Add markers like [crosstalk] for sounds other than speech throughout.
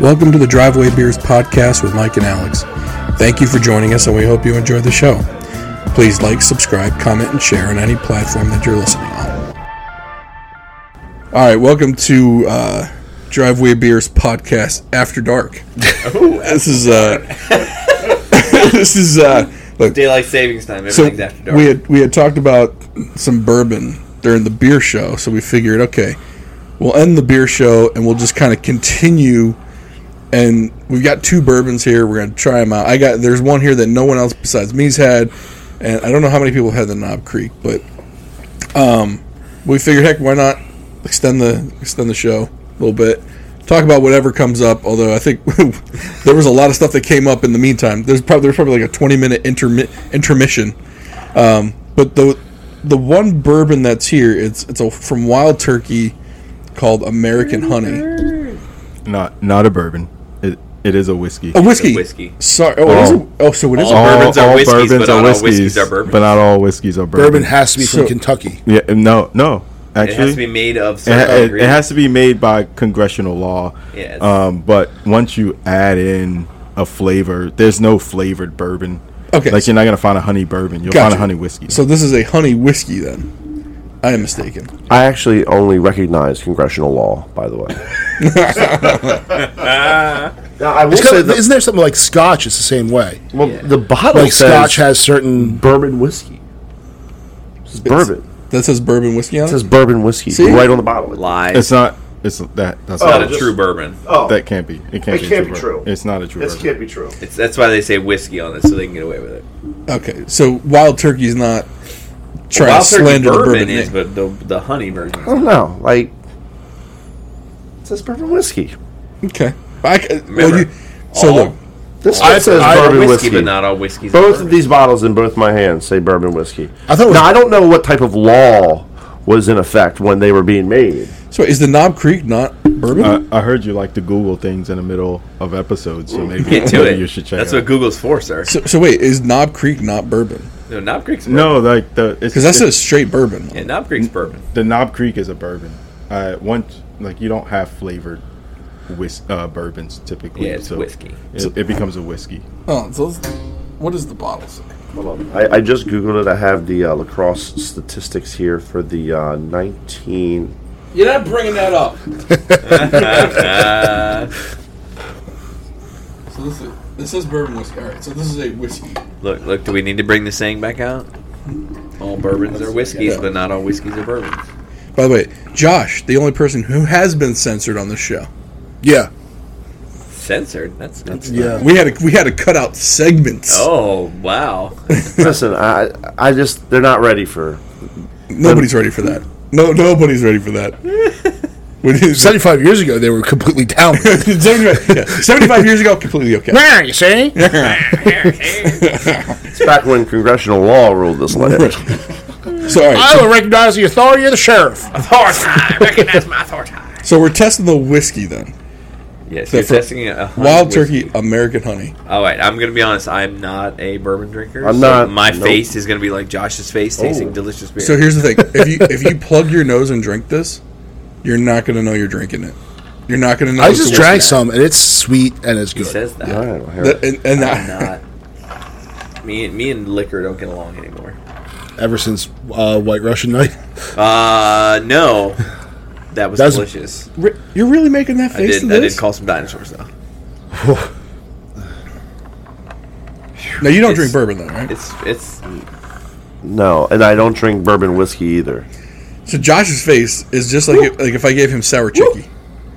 Welcome to the Driveway Beers podcast with Mike and Alex. Thank you for joining us, and we hope you enjoy the show. Please like, subscribe, comment, and share on any platform that you're listening on. All right, welcome to uh, Driveway Beers podcast after dark. this is uh, [laughs] this is uh, look. Daylight savings time. So Everything's after dark. we had we had talked about some bourbon during the beer show, so we figured, okay, we'll end the beer show and we'll just kind of continue. And we've got two bourbons here. We're gonna try them out. I got there's one here that no one else besides me's had, and I don't know how many people had the Knob Creek, but um, we figured, heck, why not extend the extend the show a little bit. Talk about whatever comes up. Although I think [laughs] there was a lot of stuff that came up in the meantime. There's probably there's probably like a 20 minute intermi- intermission but the the one bourbon that's here, it's it's a, from Wild Turkey called American Honey. Not not a bourbon. It it is a whiskey. A whiskey. whiskey. Sorry. Oh, it is a, oh so it is a All bourbon. bourbons are whiskeys, but not all whiskeys are bourbon. But not all whiskeys are bourbon. Bourbon has to be from So- Kentucky. yeah, no, no. Actually, it has to be made of it, certain ha- it- it ingredients. has to be made by congressional law. Yes. Um, but once you add in a flavor, there's no flavored bourbon. Okay. Like you're not gonna find a honey bourbon. You'll find Gotcha. a honey whiskey. So this is a honey whiskey then. I am mistaken. I actually only recognize congressional law, by the way. [laughs] now, I will It's kinda- say the, isn't there something like Scotch? It's the same way. well, the bottle Like says Scotch has certain. bourbon whiskey. It says bourbon. That says bourbon whiskey on It it. says bourbon whiskey See? right on the bottle. lies. it's not. It's that. It's That's not not a a, just- true bourbon. Oh, that can't be. It can't, It be, a can't be bourbon. true. It's not a true. bourbon. be true. It's, that's why they say whiskey on it, so they can get away with it. Okay. So Wild Turkey's not trying Wild to Turkey slander bourbon, the bourbon is, name. but the, the honey version. I don't know. Oh, Like, it says bourbon whiskey. Okay. I, c- well, Remember, you, so all- look, This I- one says I- All bourbon whiskey, whiskey. but not all whiskeys. are both bourbon. of these bottles in both my hands say bourbon whiskey. I thought it was- now, I don't know what type of law was in effect when they were being made. so is the Knob Creek not bourbon? I, I heard you like to Google things in the middle of episodes, so maybe, Get to [laughs] maybe it. you should check. That's it what Google's for, sir. so, so wait, is Knob Creek not bourbon? No, Knob Creek's bourbon. No, like the it's, Because that it's- says straight bourbon. Yeah, Knob Creek's bourbon. the Knob Creek is a bourbon. Uh, once like you don't have flavored whis- uh, bourbons typically. Yeah, it's whiskey. It, it becomes a whiskey. Oh, so let's- what does the bottle say? Hold on. I, I just googled it. I have the uh, lacrosse statistics here for the uh, [laughs] 19. You're not bringing that up. Uh, so this is this is bourbon whiskey. All right, so this is a whiskey. Look, look. Do we need to bring the saying back out? All bourbons are whiskeys, yeah. but not all whiskeys are bourbons. By the way, Josh, the only person who has been censored on this show, Yeah. Censored. That's that's. Yeah. we had a, we had to cut out segments. Oh wow. Listen, I I just they're not ready for. Nobody's ready for that. No, nobody's ready for that. [laughs] When you- 75 years ago, they were completely [laughs] down. with it. 75, yeah, [laughs] 75 years ago, completely okay. Nah, you see? It's back when congressional law ruled [laughs] this land. So, all right, I will recognize the authority of the sheriff. Oh. so, so we're testing the whiskey then. Yes, So you're for testing a honey Wild whiskey. Turkey American Honey. All right, I'm gonna be honest. I'm not a bourbon drinker. I'm so not- My nope. face is gonna be like Josh's face, tasting Oh. delicious beer. So here's the thing: if you if you plug your nose and drink this, you're not gonna know you're drinking it. You're not gonna know. I it's just whiskey. drank some, and it's sweet and it's he good. says that. All right, well, here- That- and, and I'm I, not. Me and me and liquor don't get along anymore. Ever since uh, White Russian night. Uh, no, that was That's- delicious. [laughs] Re- you're really making that I face. did. to I this? did call some dinosaurs though. now you don't It's- drink bourbon though, right? It's it's no, and I don't drink bourbon whiskey either. So Josh's face is just like if, like if I gave him sour chicky.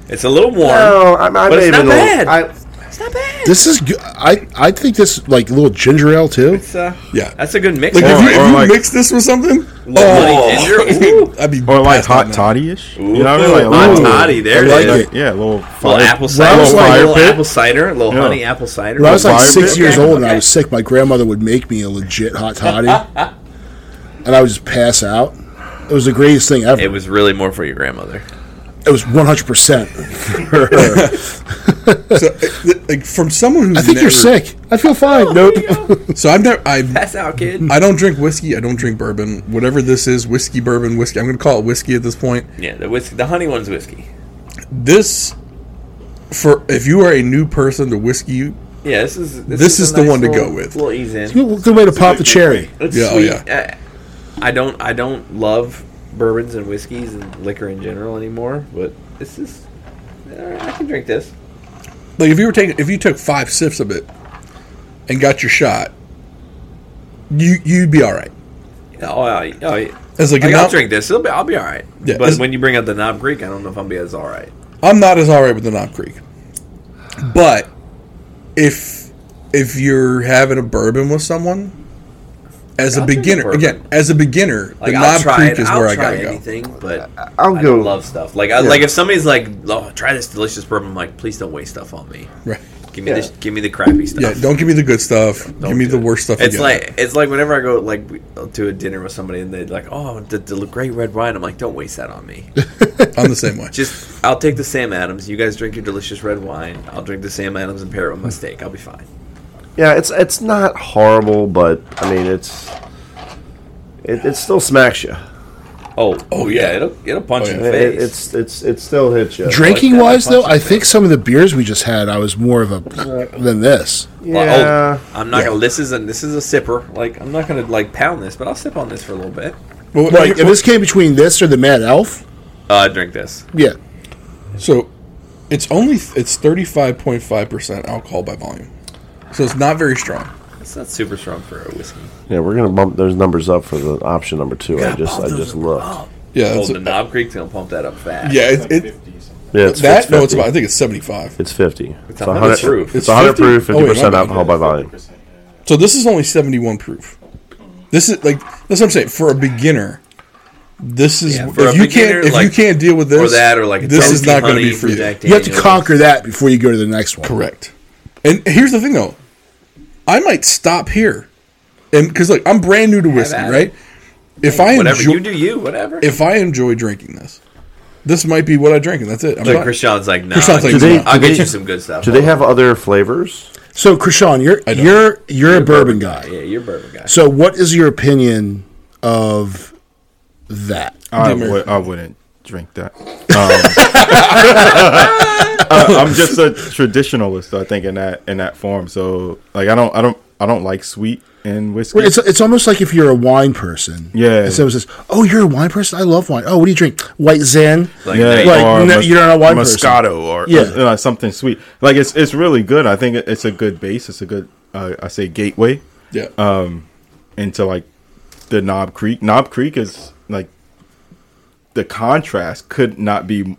it's a little warm. No, I, I But may it's have not been bad. a little- It's not bad. [laughs] This is good. I, I think this, like, little ginger ale, too. It's, uh, Yeah. that's a good mix. Like if Or- you, if or you like- mix this with something, Bloody ginger, [laughs] ooh. I'd be Or like passed out hot now. toddy ish. You Ooh, know what I mean? Like a hot little- toddy. There I it like is. it. Yeah, a little fire, Little apple cider, I was little, like- little fire apple pit. cider, little Yeah. honey apple cider. When I was like Fire six pit? years old and Okay. I was sick, my grandmother would make me a legit [laughs] hot toddy, and I would just pass out. It was the greatest thing ever. It was really more for your grandmother. It was [laughs] 100%. So, uh, like from someone who's I think never, you're sick. I feel fine. Nope. So I've never I That's out, kid. [laughs] I don't drink whiskey. I don't drink bourbon. Whatever this is, whiskey, bourbon, whiskey. I'm gonna call it whiskey at this point. Yeah, the whiskey, the honey one's whiskey. This for if you are a new person to whiskey, Yeah, this is this, This is a the nice one to go little- with. Little ease in. Good, good way to pop the cherry. It's Yeah, oh, sweet. yeah. Uh, I don't I don't love bourbons and whiskeys and liquor in general anymore, but this is alright, I can drink this. like if you were taking if you took five sips of it and got your shot, you you'd be all right. Oh, yeah, oh, yeah. It's like, Like, now- I'll drink this. It'll be, I'll be all right. Yeah, but it's- when you bring up the Knob Creek, I don't know if I'll be as all right. I'm not as all right with the Knob Creek, but if if you're having a bourbon with someone as I'll a drink a beginner, bourbon. again as a beginner, Like the I'll Knob try Creek it. is I'll where I try gotta go. anything, but I'll I go- love stuff. Like I, Yeah. like if somebody's like, "Oh, try this delicious bourbon," I'm like, "Please don't waste stuff on me. Right? Give me Yeah. this. Give me the crappy stuff." Yeah, don't give me the good stuff. Don't give me do the it. worst stuff. you It's get. like it's like whenever I go like to a dinner with somebody and they're like, "Oh, the, the great red wine." I'm like, "Don't waste that [laughs] on me. I'm the same way. Just I'll take the Sam Adams. You guys drink your delicious red wine. I'll drink the Sam Adams and pair it with Hmm. my steak. I'll be fine." Yeah, it's it's not horrible, but I mean it's it, it still smacks you. Oh, Oh, oh yeah. yeah, it'll it'll punch Oh, you in yeah. the It, face. it, it's it's it still hits you. Drinking that. wise, Punch though, it I in. think some of the beers we just had, I was more of a than this. Like, yeah, oh, I'm not gonna. This is a this is a sipper. Like I'm not gonna like pound this, but I'll sip on this for a little bit. Well, Like, if this came between this or the Mad Elf, Uh, drink this. yeah, So it's only it's thirty five point five percent alcohol by volume, so it's not very strong. It's not super strong for a whiskey. yeah. We're gonna bump those numbers up for the option number two. I just I just looked. Yeah, Oh, that's the Knob Creek's gonna pump that up fast. yeah. It, it, Yeah, it's that no, it's 50. about I think it's seventy five. It's fifty. It's 100 proof. It's It's 100 proof, 50? Oh, fifty wait, percent my bad. alcohol by volume. So this is only seventy one proof. This is like that's what I'm saying for a beginner. This is Yeah, if for a you beginner, can't if you like- can't deal with this or that, or like a this is Tennessee not going to honey be for from you. Jack you have to Daniels. conquer that before you go to the next one. Correct. And here's the thing though, I might stop here, and because look, I'm brand new to whiskey, at it. right? If I Whatever enjoy, you do, you whatever. if I enjoy drinking this, this might be what I drink, and that's it. I'm like done. Krishan's like, no. Krishan's like, Do they- I'll do get they- you some good stuff. Do they have other flavors? So, Krishan, you're don't. you're you're a bourbon guy. Yeah, you're a bourbon guy. So, what is your opinion of that? I, Dimmer. would, I wouldn't drink that. Um, [laughs] I, am just a traditionalist, I think, in that in that form. So, like, I don't, I don't, I don't like sweet in whiskey. Well, it's it's almost like if you're a wine person. Yeah. And someone says, "Oh, you're a wine person. I love wine. Oh, what do you drink? White Zan." Like, yeah, they- like, or no, you're not a wine person. Moscato or Yeah. uh, something sweet. Like, it's it's really good. I think it- it's a good base. It's a good, uh, I say, gateway Yeah. into like the Knob Creek. Knob Creek is like the contrast could not be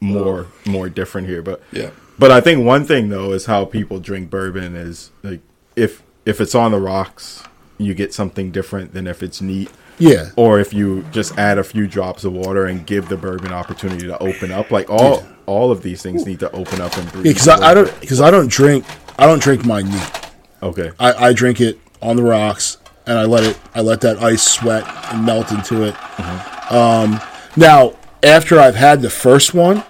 more more different here. But Yeah. But I think one thing though is how people drink bourbon is like if if it's on the rocks, you get something different than if it's neat. Yeah. Or if you just add a few drops of water and give the bourbon opportunity to open up, like all all of these things need to open up and breathe. Because I, I don't because I don't drink I don't drink mine neat. Okay. I, I drink it on the rocks and I let it I let that ice sweat and melt into it. Um, now after I've had the first one,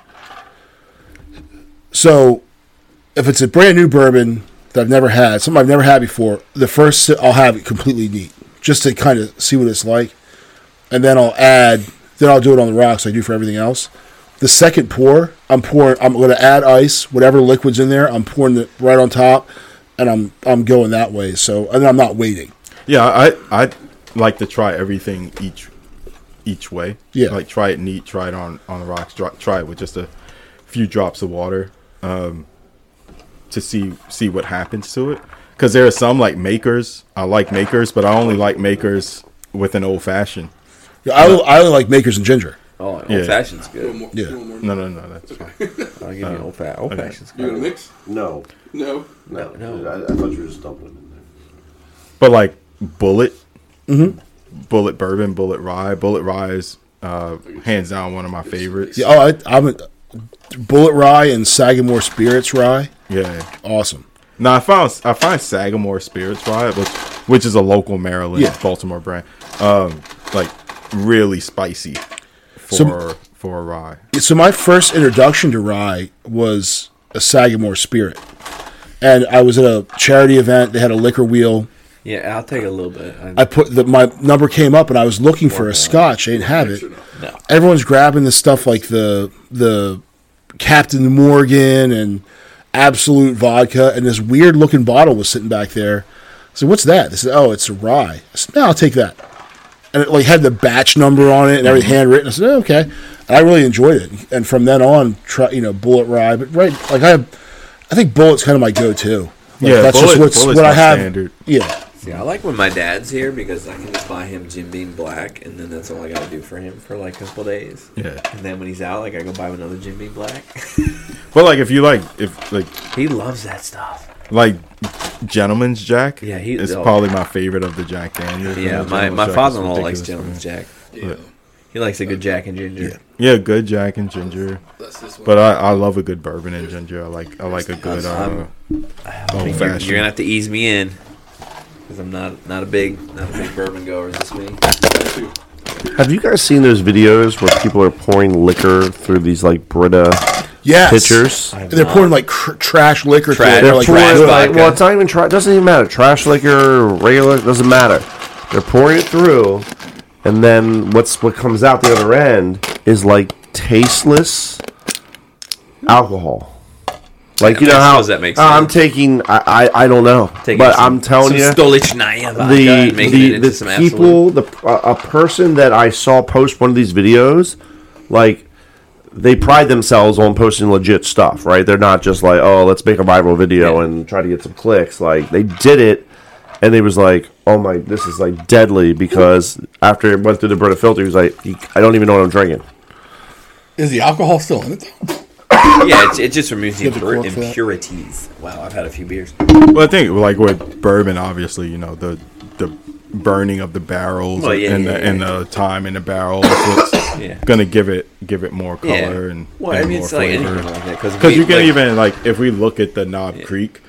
so if it's a brand new bourbon that I've never had, something I've never had before, the first sip, I'll have it completely neat just to kind of see what it's like, and then I'll add then I'll do it on the rocks. I do for everything else. The second pour, I'm pouring. I'm going to add ice, whatever liquids in there. I'm pouring it right on top, and I'm I'm going that way. So and I'm not waiting. Yeah, I I like to try everything each each way. Yeah. like try it neat, try it on on the rocks, dro- try it with just a few drops of water, um, to see see what happens to it. Because there are some like makers, I like makers, but I only like makers with an old fashioned. I, I only like makers and ginger. oh, an Yeah. old fashioned's good. Yeah. No, no, no, that's fine. I'll give you Oh. an old fa- old fashioned's You gonna good. mix? No, No. no, no. I, I thought you were just dumping it in there. But like bullet, Mm-hmm. bullet bourbon, bullet rye, bullet rye is uh, hands down one of my favorites. Yeah, oh, I, I'm a, Bullet Rye and Sagamore Spirits Rye. yeah. Awesome. Now I found I find Sagamore Spirits Rye, which which is a local Maryland Yeah. Baltimore brand, um, like really spicy for So- for a rye. So my first introduction to rye was a Sagamore Spirit, and I was at a charity event. They had a liquor wheel. Yeah, I'll take a little bit. I, I put the, my number came up, and I was looking for a Scotch. I didn't have it. no. Everyone's grabbing the stuff like the the Captain Morgan and Absolute Vodka, and this weird looking bottle was sitting back there. I said, "What's that?" They said, "Oh, it's a rye." I said, "No, I'll take that." And it like had the batch number on it and everything Mm-hmm. handwritten. I said, oh, "Okay." And I really enjoyed it, and from then on, try you know Bullet Rye, but right like I, have, I think Bullet's kind of my go-to. Like, Yeah, that's just Bullet- what's Bullet's what I my have. standard. Yeah, See, I like when my dad's here because I can just buy him Jim Beam Black, and then that's all I gotta do for him for like a couple days. Yeah. And then when he's out, like I go buy him another Jim Beam Black. But like, if you like, if like [laughs] he loves that stuff. like Gentleman's Jack, Yeah, he- is oh. probably my favorite of the Jack Daniels. Yeah, The my, Gentleman's my Jack is father-in-law likes ridiculous, Gentleman man. Jack. Yeah. He likes a good Jack and Ginger. Yeah, good Jack and ginger. That's this one. But I, I love a good bourbon and ginger. I like I like a good uh, I mean, you're, old you're gonna fashioned. have to ease me in because I'm not not a big not a big bourbon goer. Is this me? Have you guys seen those videos where people are pouring liquor through these like Brita yes. pitchers? And they're pouring like cr- trash liquor. through it. Trash- They're They're like, pouring trash uh, it, vodka. like well, it's not even trash. Doesn't even matter. Trash liquor, regular doesn't matter. They're pouring it through, and then what's what comes out the other end is like tasteless alcohol. Like you I know how suppose that makes "Oh, I'm sense. taking. I I, I don't know, Taking but some- I'm telling some you, Stolichnaya vodka the and making it the, into the some people the a a person that I saw post one of these videos, like they pride themselves on posting legit stuff, right? They're not just like, oh, let's make a viral video Yeah. and try to get some clicks. Like they did it, and they was like, oh my, this is like deadly because after it went through the Brita filter, he was like, "You- I don't even know what I'm drinking. Is the alcohol still in it? [laughs] though? absolute. Yeah, it, it just removes the You have to impur- cork for that. impurities. Wow, I've had a few beers. Well, I think like with bourbon, obviously, you know the the burning of the barrels Well, yeah, and yeah, the yeah. and the time in the barrel is what's [coughs] Yeah. gonna give it give it more color Yeah. and, well, I and mean, more it's like flavor. anything like that Because you can like, even like if we look at the Knob Creek,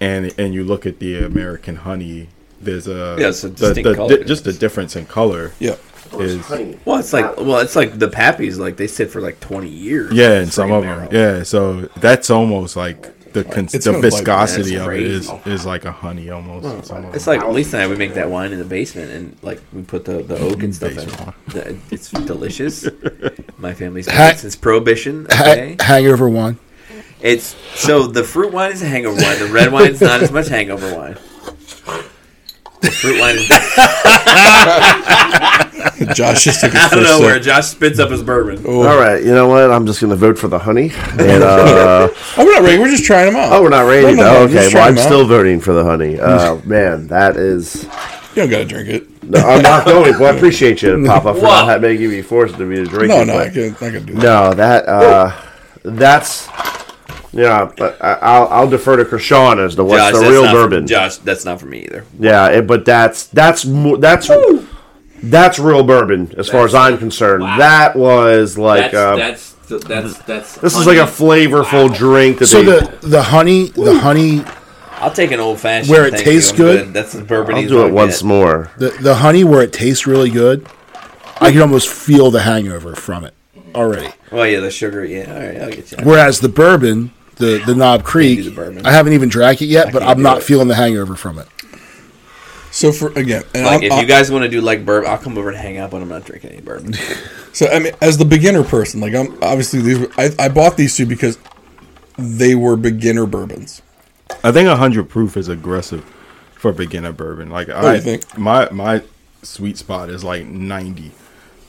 and and you look at the American honey, there's a Yeah, it's a the- distinct the- color. just the difference in color Yeah. is Well, it's like well, it's like the pappies. Like they sit for like twenty years. yeah, in and some friggin' of them barrel. yeah. So that's almost like the cons- It's the kind of like- viscosity That's of it is crazy. is like a honey almost. in some of It's them. like Lisa and I, we make that wine in the basement, and like we put the, the oak and stuff in. Basement. it. The- It's delicious. My family's Ha- made it since Prohibition. Ha- Okay, hangover wine. it's so the fruit wine is a hangover wine. The red wine is not as much hangover wine. The fruit wine is. Josh [laughs] just took his I don't first know sip. where Josh spits up his bourbon. All right, you know what? I'm just gonna vote for the honey. And, uh, Oh, we're not ready. We're just trying them out. oh, we're not No, rating. no, though. no, okay, just well, try I'm them out. still voting for the honey. Oh man, that is. You don't got to drink it. No, I'm [laughs] not going. Well, I appreciate you, Papa, for not ha- making me forced to be to drink. No, it, no, I but- can, I can do that. no, that uh, that's yeah. But I, I'll, I'll defer to Krishan as to what's Josh, the that's real not for- bourbon. Josh, that's not for me either. yeah, it, but that's that's more that's that's real bourbon as far as I'm concerned. That was like uh, that's, that's that's that's. this is like a flavorful drink that So they. the the honey, the honey, I'll take an old fashioned Where it tastes good? That's the bourbon. I'll he's do gonna it once get. more. the the honey where it tastes really good. I can almost feel the hangover from it already. Oh yeah, the sugar. Yeah, all right, I'll get you. Whereas the bourbon, the the Knob do Creek, the bourbon. I haven't even drank it yet, but can't I'm do not it. feeling the hangover from it. So for again, and Like I'm- Uh, if I'm- you guys want to do like bourbon, I'll come over and hang out, but I'm not drinking any bourbon. [laughs] So I mean, as the beginner person, like I'm obviously these. were- I, I bought these two because they were beginner bourbons. I think 100 proof is aggressive for beginner bourbon. Like do I you think? my my sweet spot is like 90.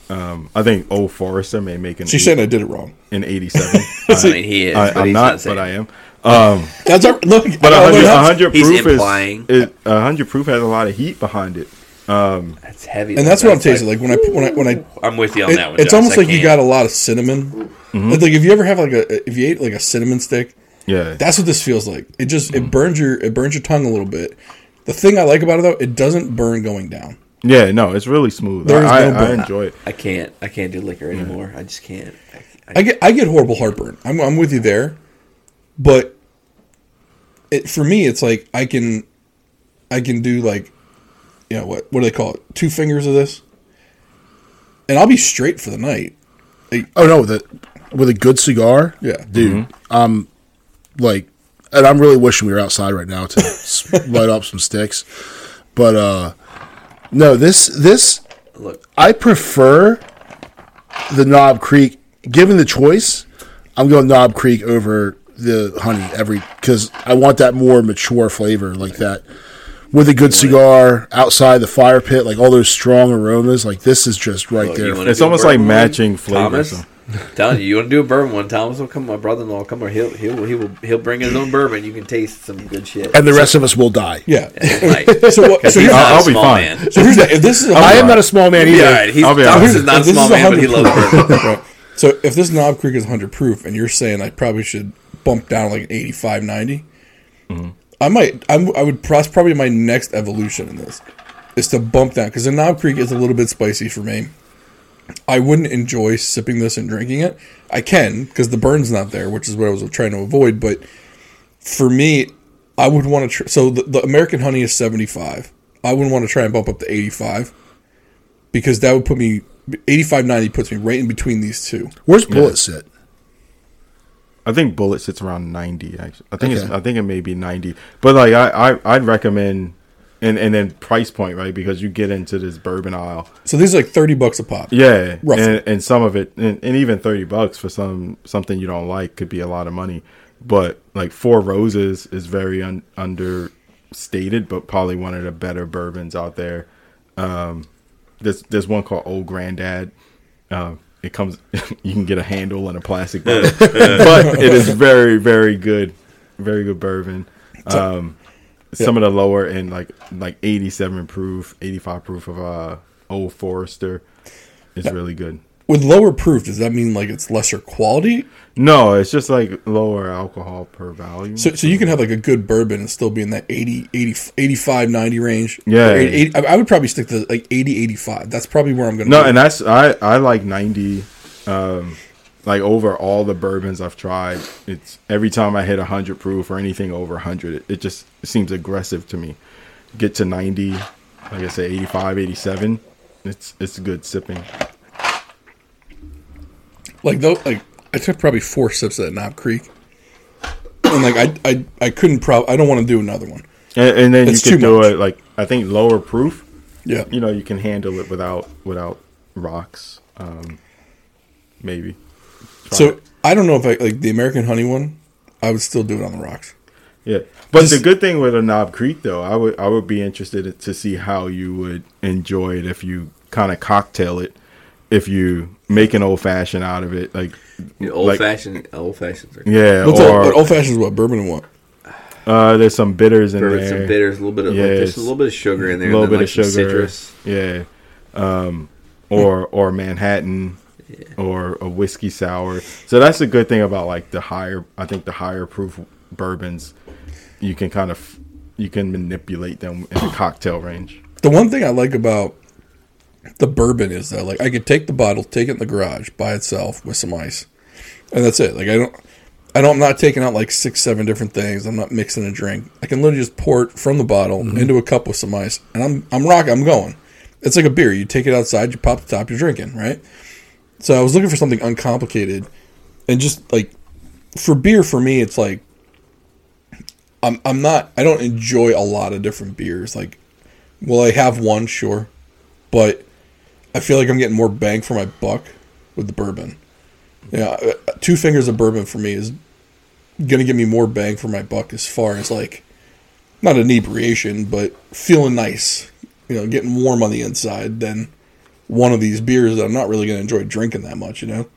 Um, I think Old Forester may make an She eight- said I did it wrong. [laughs] an 87. I mean, he is, I, but I'm he's not, not saying. but I am. That's our, [laughs] look. But I learned 100, how- 100 he's proof implying. is, is 100 proof has a lot of heat behind it. That's heavy. and that's what I'm tasting like when I when I when I. I'm with you on it- that one. it's Josh. almost I like you can't. got a lot of cinnamon. Mm-hmm. It's Like if you ever have like a if you ate like a cinnamon stick, Yeah. that's what this feels like. It just Mm-hmm. it burns your it burns your tongue a little bit. The thing I like about it though, it doesn't burn going down. yeah, no, it's really smooth. There is I, no I, I burn. enjoy it. I can't. I can't do liquor anymore. I just can't. I, I, I get I get horrible heartburn. I'm I'm with you there, but it for me it's like I can I can do like you know what what do they call it two fingers of this, and I'll be straight for the night. Oh no, the with a good cigar, Yeah. dude. Mm-hmm. Um, like, and I'm really wishing we were outside right now [laughs] to s- light up some sticks, but uh, no, this this look, I prefer the Knob Creek. Given the choice, I'm going Knob Creek over the honey every because I want that more mature flavor like that with a good cigar outside the fire pit, like all those strong aromas. Like this is just right Look, you there. wanna It's do a almost like bourbon one? matching flavors. Thomas, telling you, you want to do a bourbon one? Thomas will come. My brother-in-law will come. Or he'll he'll he will he'll bring his own bourbon. You can taste some good shit. and the rest of us will die. Yeah. [laughs] [laughs] [laughs] Like, So, what, 'cause so, he's here's, not I'll- a I'll be small fine. [laughs] man. so here's the, if this is I am not a small man either. Yeah, all right. He's, I'll be Thomas honest. is not a This is small man, but he 100 loves bourbon. [laughs] so if this knob creek is 100 proof, and you're saying I probably should bump down like an 85, 90, Mm-hmm. I might. I'm, I would. That's probably my next evolution in this is to bump down because the knob creek is a little bit spicy for me. I wouldn't enjoy sipping this and drinking it. I can because the burn's not there, which is what I was trying to avoid. But for me, I would want to. Tr- so the, the American honey is seventy five. I wouldn't want to try and bump up to eighty five because that would put me eighty five ninety puts me right in between these two. Where's Bullet sit? I think Bullet sits around ninety. Actually, I think it's, Okay. I think it may be ninety. But like I, I I'd recommend, and and then price point right because you get into this bourbon aisle. So these are like thirty bucks a pop. Yeah, Roughly. and and some of it, and, and even thirty bucks for some something you don't like could be a lot of money. But like Four Roses is very un, understated, but probably one of the better bourbons out there. Um, there's there's one called Old Granddad. Um, it comes, [laughs] you can get a handle and a plastic bottle, [laughs] but it is very very good, very good bourbon. Um, some of the lower end, like like 87 proof, 85 proof of uh Old Forester, is really good. With lower proof, does that mean like it's lesser quality? No, it's just like lower alcohol per value. So, so you can have like a good bourbon and still be in that 80, 80 85, 90 range. Yeah. Or 80, 80 I I would probably stick to like 80, 85. That's probably where I'm going to no, and that's I I like 90. Um, like over all the bourbons I've tried, it's every time I hit 100 proof or anything over 100, it, it just seems aggressive to me. Get to 90, like I said, 85, 87. It's it's good sipping. like though like I took probably four sips at Knob Creek, and like I I, I couldn't probably I don't want to do another one. And, and then It's you too could do much. it like I think lower proof. Yeah, You know, you can handle it without without rocks. Um, maybe. so I don't know if I like the American Honey one. I would still do it on the rocks. Yeah, but Just- the good thing with a Knob Creek though, I would I would be interested to see how you would enjoy it if you kind of cocktail it, if you make an old fashioned out of it, like Old [laughs] Like- fashioned, old fashioned. yeah, What's or old, old fashioned? What bourbon and what? uh, there's some bitters in Or there, some bitters, a little bit of like, Yes. there's a little bit of sugar in a there, little and bit then, of like, sugar, some citrus. yeah, um, or or Manhattan. Or a whiskey sour, so that's the good thing about like the higher. I think the higher proof bourbons, you can kind of you can manipulate them [clears throat] in the cocktail range. The one thing I like about the bourbon is that like I could take the bottle, take it in the garage by itself with some ice, and that's it. Like I don't. I don't, I'm not taking out like six, seven different things. I'm not mixing a drink. I can literally just pour it from the bottle into a cup with some ice, and I'm I'm rocking. I'm going. It's like a beer. You take it outside, you pop the top, you're drinking, right? So I was looking for something uncomplicated, and just like for beer, for me, it's like I'm I'm not. I don't enjoy a lot of different beers. Like Will I have one? Sure. But I feel like I'm getting more bang for my buck with the bourbon. Yeah, uh, two fingers of bourbon for me is going to give me more bang for my buck as far as like not inebriation, but feeling nice, you know, getting warm on the inside than one of these beers that I'm not really going to enjoy drinking that much, you know?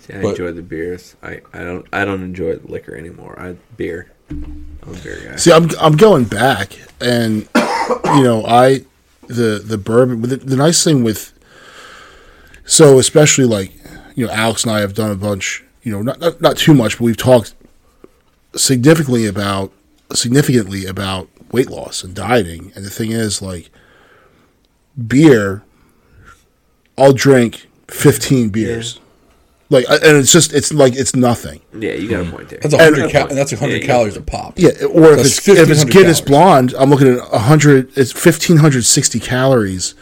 See, I But- enjoy the beers. I, I don't I don't enjoy the liquor anymore. I beer. I'm a beer guy. See, I'm I'm going back, and you know, I the the bourbon. The, the nice thing with so especially like you know, Alex and I have done a bunch. You know, not not, not too much, but we've talked significantly about significantly about weight loss and dieting. And the thing is, like beer, I'll drink fifteen beers. Like, I- and it's just it's like it's nothing. yeah, you Hmm. got a point there. That's a And- 100 cal- and that's a 100 Yeah, yeah. calories a pop. Yeah, or if That's it's, if it's 1,500 calories. Guinness Blonde, I'm looking at 100, it's 1,560 calories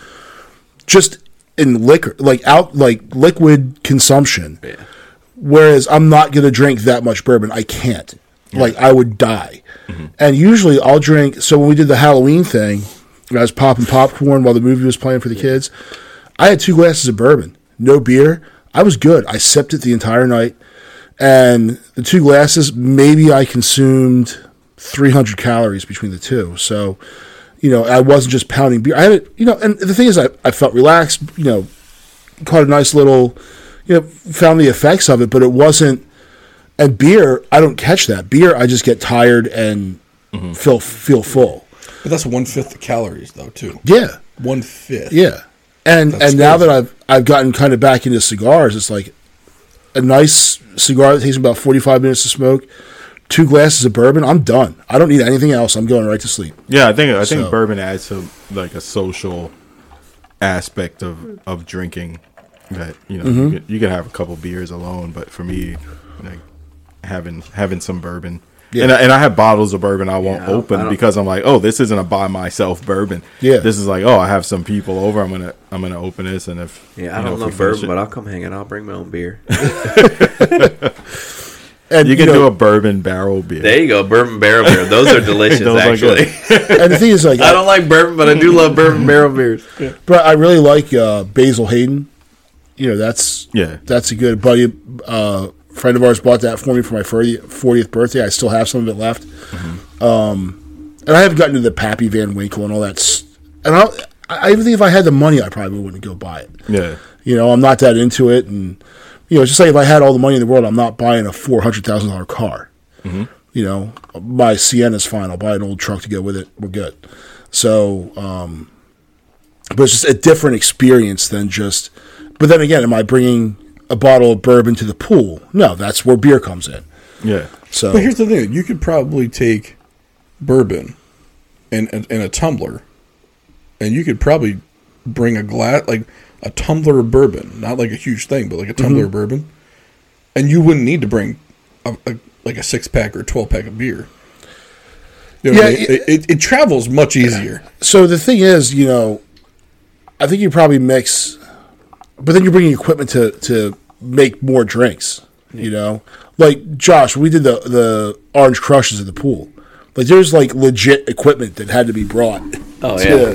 just in liquor, like out, like liquid consumption. Yeah. Whereas I'm not going to drink that much bourbon. I can't. Like, I would die. And usually I'll drink. So when we did the Halloween thing, and I was popping popcorn while the movie was playing for the kids. I had two glasses of bourbon, no beer. I was good. I sipped it the entire night. and the two glasses, maybe I consumed 300 calories between the two. So, you know, I wasn't just pounding beer. I had it, you know, and the thing is, I, I felt relaxed, you know, caught a nice little, you know, found the effects of it, but it wasn't. And beer, I don't catch that. Beer, I just get tired and feel feel full. But that's one fifth the calories though too. Yeah. One fifth. Yeah, and That's and now good. that I've I've gotten kind of back into cigars, it's like a nice cigar that takes about forty five minutes to smoke, two glasses of bourbon. I'm done. I don't need anything else. I'm going right to sleep. Yeah, I think I think So- bourbon adds some like a social aspect of of drinking that you know Mm-hmm. you, could, you could have a couple beers alone, but for me, like having having some bourbon. And, I, and I have bottles of bourbon I won't Yeah, I don't- I open don't- because I'm like, oh, this isn't a by myself bourbon. Yeah. this is like, oh, I have some people over. I'm gonna I'm gonna open this, and if Yeah, I you don't if we love finish bourbon, it- but I'll come hang out. I'll bring my own beer. [laughs] And you can do know, a bourbon barrel beer. there you go, bourbon barrel beer. Those [laughs] are delicious, Those are good. actually. [laughs] and the thing is, like, I don't like bourbon, but I do love bourbon barrel beers. but I really like uh, Basil Hayden. You know, that's yeah, that's a good buddy. Uh, friend of ours bought that for me for my 40th, 40th birthday. I still have some of it left. Um, and I haven't gotten to the Pappy Van Winkle and all that. s- And I, I even think if I had the money, I probably wouldn't go buy it. yeah, You know, I'm not that into it, and you know, it's just like if I had all the money in the world, I'm not buying a four hundred thousand dollar car. You know, my Sienna's fine. I'll buy an old truck to go with it. We're good. So, um, but it's just a different experience than just. But then again, am I bringing a bottle of bourbon to the pool? No, that's where beer comes in. yeah. So, But here's the thing: you could probably take bourbon and and, and a tumbler, and you could probably bring a glass like a tumbler of bourbon, not like a huge thing, but like a tumbler Mm-hmm. of bourbon, and you wouldn't need to bring a, a like a six pack or twelve pack of beer. You know, Yeah, it, it, it, travels much easier. so the thing is, you know, I think you probably mix, but then you're bringing equipment to to make more drinks. You know, like Josh, we did the the orange crushes at the pool. Like there's like legit equipment that had to be brought Oh, yeah. Oh,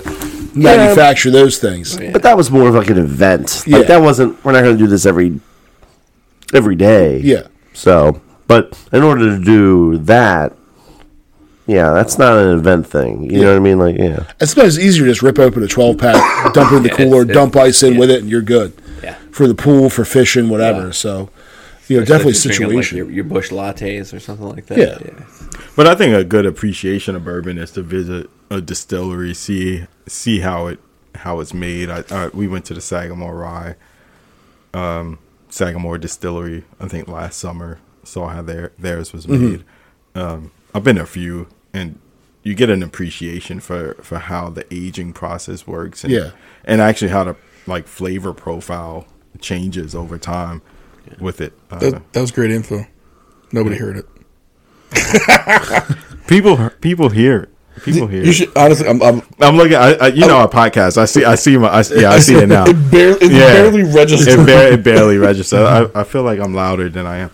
to manufacture those things. But that was more of like an event. Yeah. Like that wasn't. We're not going to do this every every day. Yeah. So, but in order to do that, yeah, that's not an event thing. You know what I mean? Like, yeah, And sometimes it's easier to just rip open a [coughs] 12 pack, dump it in the cooler, it's- dump ice in with it, and you're good. Yeah. For the pool, for fishing, whatever. So, you know, definitely If you're drinking, like, situation. your, your bush lattes or something like that. Yeah. But I think a good appreciation of bourbon is to visit a distillery, see see how it how it's made. I, I we went to the Sagamore Rye, um, Sagamore Distillery, I think last summer. Saw how their theirs was made. Um, I've been to a few, and you get an appreciation for for how the aging process works. And, Yeah. and actually how the like flavor profile changes over time with it. Uh, That, that was great info. Nobody heard it. people people hear it. People hear You it. should honestly. I'm, I'm I'm looking. I, I you know our podcast. I see. I see my. I, yeah, I see it now. [laughs] It barely, it [laughs] Yeah. barely registered. It, bar- it barely registers. I, I feel like I'm louder than I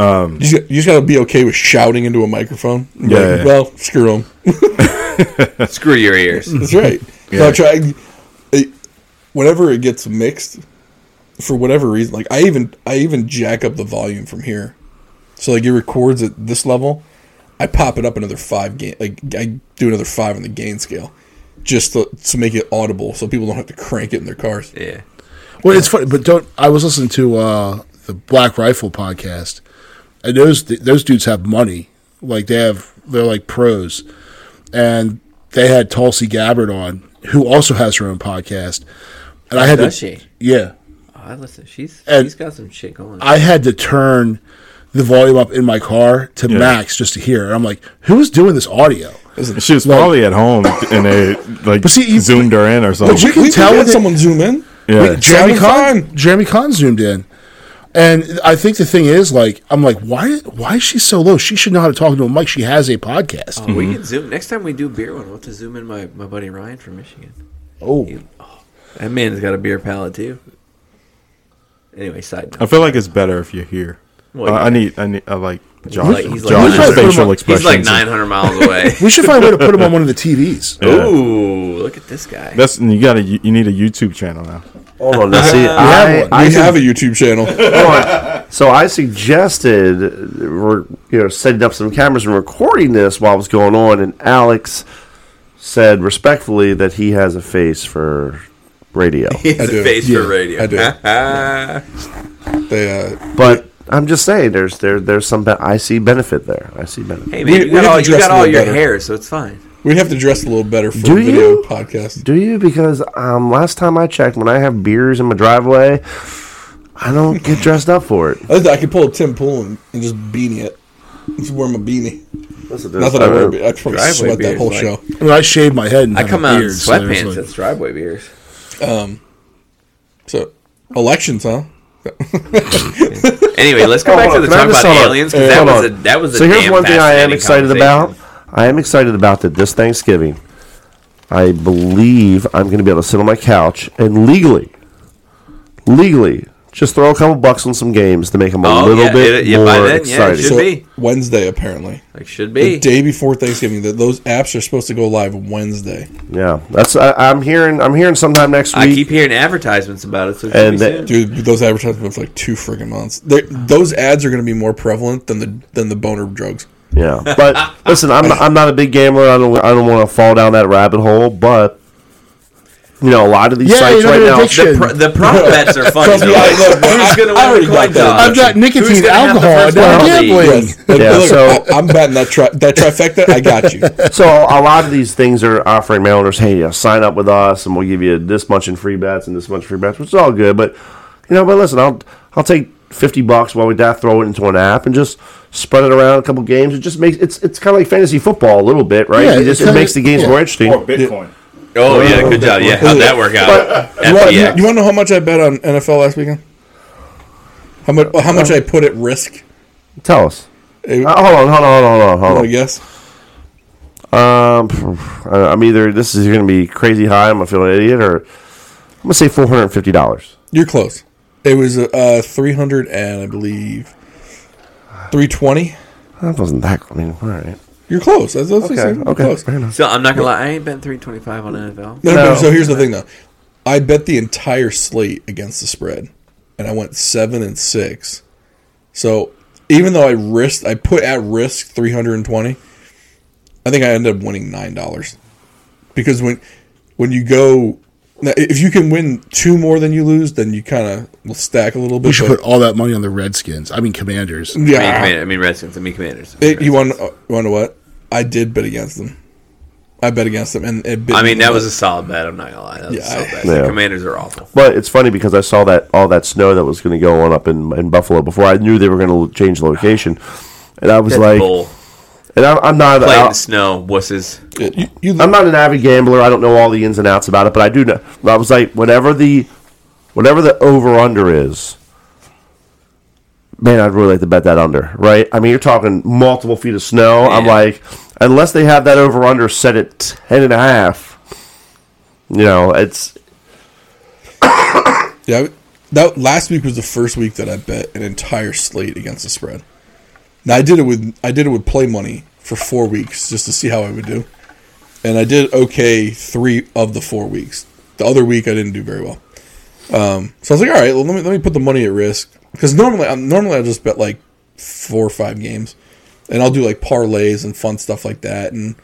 am. You just, you just gotta be okay with shouting into a microphone. Like, Yeah. well, screw them. Screw your ears. That's right. No, try. It, whenever it gets mixed, for whatever reason, like I even I even jack up the volume from here, so like it records at this level. I pop it up another five gain. Like I do another five on the gain scale, just to, to make it audible, so people don't have to crank it in their cars. Yeah. Well, it's funny, but don't. I was listening to uh, the Black Rifle podcast, and those those dudes have money. Like they have, they're like pros, and they had Tulsi Gabbard on, who also has her own podcast. And I had Does to, she? yeah, Oh, I listen. She's And- she's got some shit going. I had to turn the volume up in my car to max just to hear. it. I'm like, who's doing this audio? She was probably at home and they like But see, you- zoomed her in or something. But you- We- We've tell had that- someone zoom in. yeah. Wait, Jeremy Sounded Con fine. Jeremy Con zoomed in. And I think the thing is, like, I'm like, why why is she so low? She should know how to talk to a mic. She has a podcast. Oh, We can zoom next time we do beer one. We'll have to zoom in my, my buddy Ryan from Michigan. Oh, That man's got a beer palate too. Anyway, side I note. feel like it's better if you're here. Well, I- yeah. I need. I need. I like Josh. like- he's like- Josh's He's like- facial He's expressions. like 900 miles away. we should find a way to put him on one of the TVs. Yeah. Ooh, look at this guy. That's you got to. You need a YouTube channel now. [laughs] Hold on, now see, I, have I we did- have a YouTube channel. [laughs] Hold on. So I suggested, uh, we're, you know, setting up some cameras and recording this while it was going on, and Alex said respectfully that he has a face for radio. It's do. a [laughs] face Yeah, for radio. [laughs] I do. They, uh, But I'm just saying, there's there there's some be- I see benefit there. I see benefit. hey man, We- you we got have all to you dress got a all little your better. hair, so it's fine. we'd have to dress a little better for Do a video you? podcast. Do you? Because um, last time I checked, when I have beers in my driveway, I don't get dressed up for it. I, I could pull a Tim Pool and, and just beanie it. Just wear my beanie. Not that I wear a beanie. I probably driveway sweat that beard's whole like- show. I, mean, I shave my head and I have come a out in beard, so it's sweatpants. like- That's driveway beers. So, elections, huh? Anyway, let's go back to Hold the talk on, can I about just hold on? aliens because that Hold was a on. that was a so here's damn one thing I am fascinating excited about. I am excited about that this Thanksgiving. I believe I'm going to be able to sit on my couch and legally, legally, just throw a couple bucks on some games to make them a Oh, little yeah, bit it- yeah, more by then, yeah, it exciting. should So, be. Wednesday, apparently. Like should The be. day before Thanksgiving, that those apps are supposed to go live Wednesday. yeah, that's I, I'm hearing. I'm hearing sometime next week. I keep hearing advertisements about it, so it should And be that- soon. Dude, those advertisements have been for like two friggin' months. They're, those ads are going to be more prevalent than the than the boner drugs. Yeah, [laughs] but listen, I'm I'm not a big gambler. I don't I don't want to fall down that rabbit hole. But you know, a lot of these Yeah, sites you know, right the now. addiction- The, pro- the [laughs] prop bets are funny. Trust me, though. I- look, Who's I- gonna I win already the got coin that. toss? I've got Who's nicotine, gonna have the alcohol, first and one? gambling. Yes. Look, Yeah, so- I, am batting that tri- that trifecta. I got [laughs] you. [laughs] So a lot of these things are offering mail orders. Hey, uh, sign up with us, and we'll give you this much in free bets and this much free bets, which is all good. But you know, but listen, I'll I'll take fifty bucks while we that throw it into an app and just spread it around a couple games. It just makes it's it's kind of like fantasy football a little bit, right? Yeah, it it's just it kinda- makes the games yeah. more interesting. Or Bitcoin. Oh yeah, good job. Yeah, how'd that work out? You want, FTX. you want to know how much I bet on NFL last weekend? How much? How much Uh, I put at risk? Tell us. Eh, Uh, hold on, hold on, hold on, hold on. I guess. Um, I- I'm either this is going to be crazy high. I'm gonna feel an idiot, or I'm gonna say four hundred and fifty dollars. You're close. It was uh, 300 and I believe 320. That wasn't that. I mean, all right. You're close. That's, that's Okay, you're okay, close. fair enough. So I'm not gonna lie, I ain't been 325 on NFL. No, no, No. so here's the thing, though. I bet the entire slate against the spread, and I went seven and six. So even though I risked, I put at risk 320. I think I ended up winning nine dollars because when when you go. Now, if you can win two more than you lose, then you kind of will stack a little bit. We should but- put all that money on the Redskins. I mean, Commanders. I mean, yeah, commander, I mean Redskins. I mean Commanders. It, uh, you want you want to what? I did bet against them. I bet against them, and it bit I mean me. that was a solid bet. I'm not gonna lie, that was Yeah, a solid I- bet. Yeah. The Commanders are awful. But it's funny because I saw that all that snow that was going to go on up in, in Buffalo before I knew they were going to change location, and I was like, Bull and I, I'm not. play in I, the snow, wusses. You, you, I'm not an avid gambler. I don't know all the ins and outs about it, but I do know. I was like, whatever the, whatever the over under is, man, I'd really like to bet that under, right? I mean, you're talking multiple feet of snow. I'm Yeah. like, unless they have that over under set at ten and a half, you know, it's yeah, that last week was the first week that I bet an entire slate against the spread. Now I did it with I did it with play money for four weeks just to see how I would do, and I did okay three of the four weeks. The other week I didn't do very well. Um, so I was like, all right, well, let me let me put the money at risk because normally I'm normally I just bet like four or five games, and I'll do like parlays and fun stuff like that, and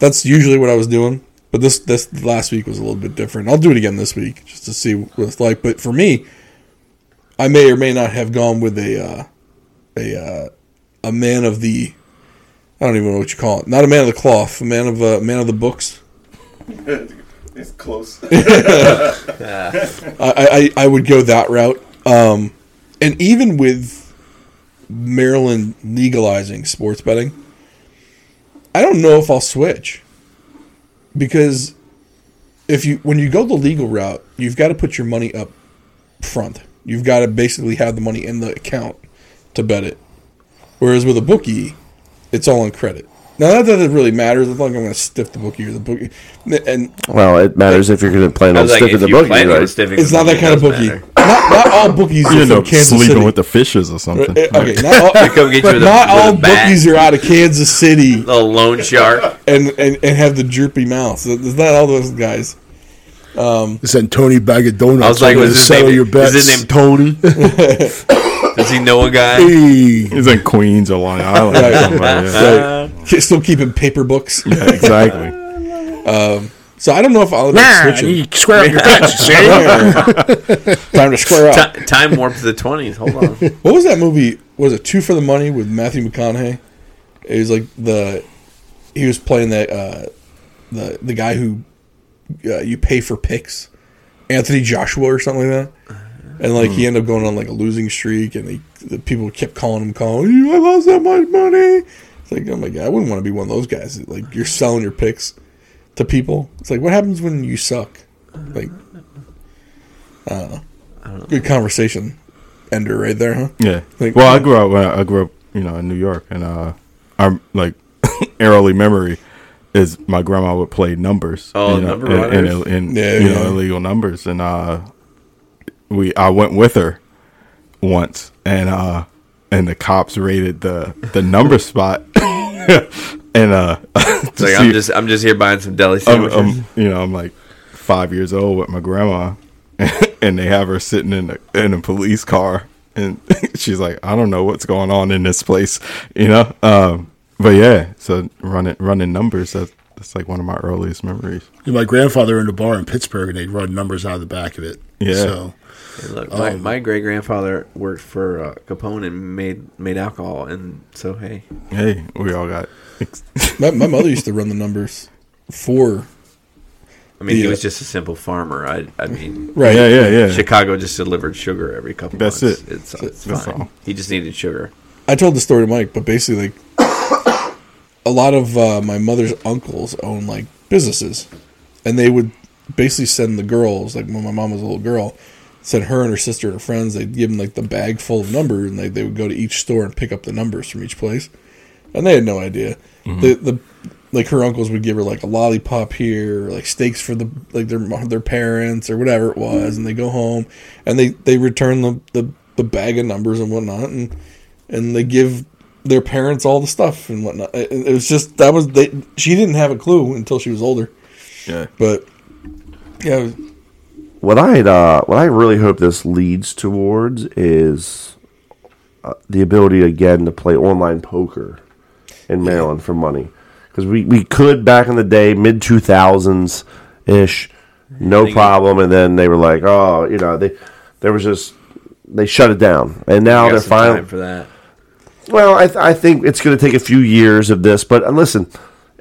that's usually what I was doing. But this this last week was a little bit different. I'll do it again this week just to see what it's like. But for me, I may or may not have gone with a uh, a uh, a man of the I don't even know what you call it. Not a man of the cloth, a man of uh, man of the books. [laughs] [laughs] It's close. I, I, I would go that route. Um, and even with Maryland legalizing sports betting, I don't know if I'll switch because if you when you go the legal route, you've got to put your money up front. You've got to basically have the money in the account to bet it. Whereas with a bookie, it's all on credit. Now not that it really matters. I think I'm going to stiff the bookie or the bookie, and well, it matters if you're going to plan I on was like, sticking if the you're bookie, planning on right? stiffing it's the not that bookie, kind it of doesn't bookie. matter. Not, not all bookies are You from know, Kansas sleeping City. with the fishes or something. [laughs] Uh, okay, not They all, come get [laughs] you but with a- not with a all bat. bookies are out of Kansas City The loan shark. and, and, and have the droopy mouth. So It's not all those guys. It's that Tony bag of donuts. I was like, I'm was gonna his settle name, your bets. is his name Tony? Does he know [laughs] a guy? [laughs] Hey, He's in Queens or Long Island. or something like that. Right. Still keeping paper books. Yeah, exactly. So I don't know if I'll be nah, switching. you square [laughs] up your bets. You see? Time to square up. Ti- time warp to the 20s. Hold [laughs] on. What was that movie? Was it Two for the Money with Matthew McConaughey? It was like the he was playing that uh, the the guy who uh, you pay for picks, Anthony Joshua or something like that. And like he ended up going on like a losing streak, and they, the people kept calling him, calling, "You, I lost that much money." It's like, oh my god, I wouldn't want to be one of those guys. that, Like you're selling your picks to people. It's like, what happens when you suck? Like, I don't know. Good conversation ender right there, huh? Yeah. Like- well, I grew up. When I, I grew up, you know, in New York, and uh, I'm like, [laughs] early memory is my grandma would play numbers. Oh, you know, number and, and, runners. and, Yeah, you yeah. know, illegal numbers, and uh, we I went with her once, and uh, and the cops raided the the number spot, [laughs] and uh, [laughs] It's like, I'm just, I'm just here buying some deli I'm, sandwiches. I'm- you know, I'm like five years old with my grandma, [laughs] and they have her sitting in a, in a police car, and [laughs] she's like, I don't know what's going on in this place, you know. Um, but yeah, so running running numbers that's, that's like one of my earliest memories. My grandfather owned a bar in Pittsburgh, and they'd run numbers out of the back of it. Yeah. So And Look, my, um, my great grandfather worked for uh, Capone and made made alcohol, and so hey, Hey, we all got. ex- My, my mother used to run the numbers for I mean, he Yeah. was just a simple farmer. I, I mean, right. yeah, yeah, yeah. Chicago just delivered sugar every couple. That's months. it. It's, it's That's fine. all. He just needed sugar. I told the story to Mike, but basically, like, [coughs] a lot of uh, my mother's uncles own like businesses, and they would basically send the girls, like when my mom was a little girl, send her and her sister and her friends. They'd give them like the bag full of numbers, and they they would go to each store and pick up the numbers from each place, and they had no idea. The the like her uncles would give her like a lollipop here, or, like steaks for the like their mo- their parents or whatever it was, and they go home and they they return the the, the bag of numbers and whatnot, and and they give their parents all the stuff and whatnot. It, it was just that was they she didn't have a clue until she was older, yeah. but yeah, What I uh, what I really hope this leads towards is uh, the ability again to play online poker in Maryland for money because we, we could back in the day mid two thousands ish no problem and then they were like oh you know they there was just they shut it down and now I got they're some finally time for that. well, I, th- I think it's going to take a few years of this, but uh, listen,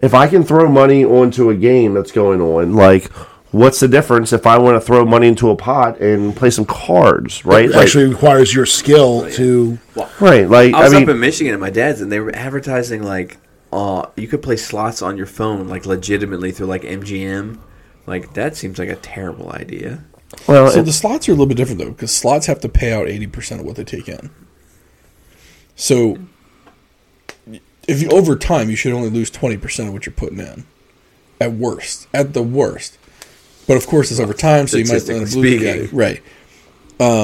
if I can throw money onto a game that's going on, like, what's the difference if I want to throw money into a pot and play some cards, right? it Like- actually requires your Oh, skill to. right? Like, I I, was up mean, in Michigan at my dad's, and they were advertising like, uh, you could play slots on your phone, like legitimately through like MGM. Like that seems like a terrible idea. well, So it- the slots are a little bit different though, because slots have to pay out eighty percent of what they take in. So if you over time, you should only lose twenty percent of what you're putting in, at worst, at the worst. But of course, it's over time, so you might Statistically lose. yeah, speaking. right. Um,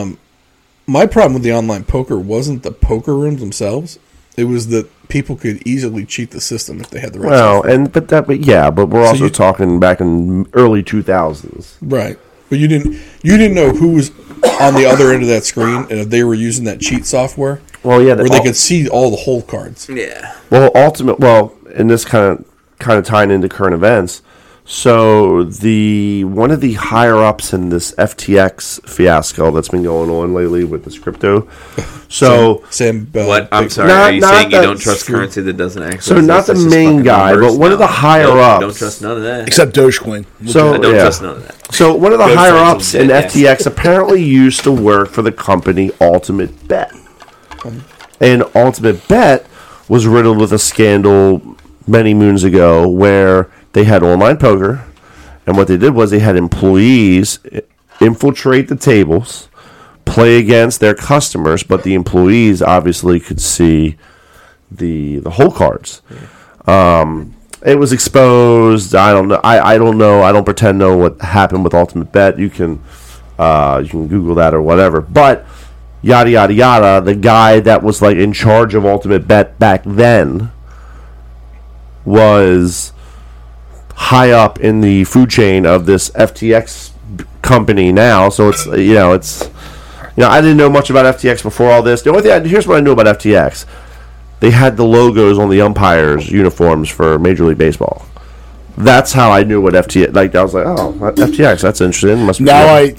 my problem with the online poker wasn't the poker rooms themselves; it was that people could easily cheat the system if they had the right. well, software. and but that, but yeah, but we're also you- talking back in early two thousands. Right. But you didn't you didn't know who was on the other end of that screen and if they were using that cheat software. Well, yeah, Where they all- could see all the whole cards. Yeah, Well, ultimate. Well, and this kind of kind of tying into current events. So the one of the higher ups in this FTX fiasco that's been going on lately with this [laughs] crypto. So Sam uh, what? I'm Big- sorry. Not- Are you not saying you that- don't trust currency that doesn't actually? So not exist? That's the just main fucking guy, numbers but one of the now. higher Don't- ups. Don't trust none of that. Except Dogecoin. so I don't yeah. trust none of that. So one of the Good higher friends ups will in bet, yes. FTX apparently used to work for the company Ultimate Bet, and Ultimate Bet was riddled with a scandal many moons ago where they had online poker, and what they did was they had employees i- infiltrate the tables, play against their customers, but the employees obviously could see the the whole cards it was exposed. I don't know. I, I don't know. I don't pretend know what happened with Ultimate Bet. You can uh, you can Google that or whatever. But yada yada yada. The guy that was like in charge of Ultimate Bet back then was high up in the food chain of this FTX company now, so it's uh, you know it's you know I didn't know much about FTX before all this. The only thing I, here's what I knew about FTX: they had the logos on the umpires' uniforms for Major League Baseball. That's how I knew what FTX. Like I was like, oh, FTX. That's interesting. Must be Now I,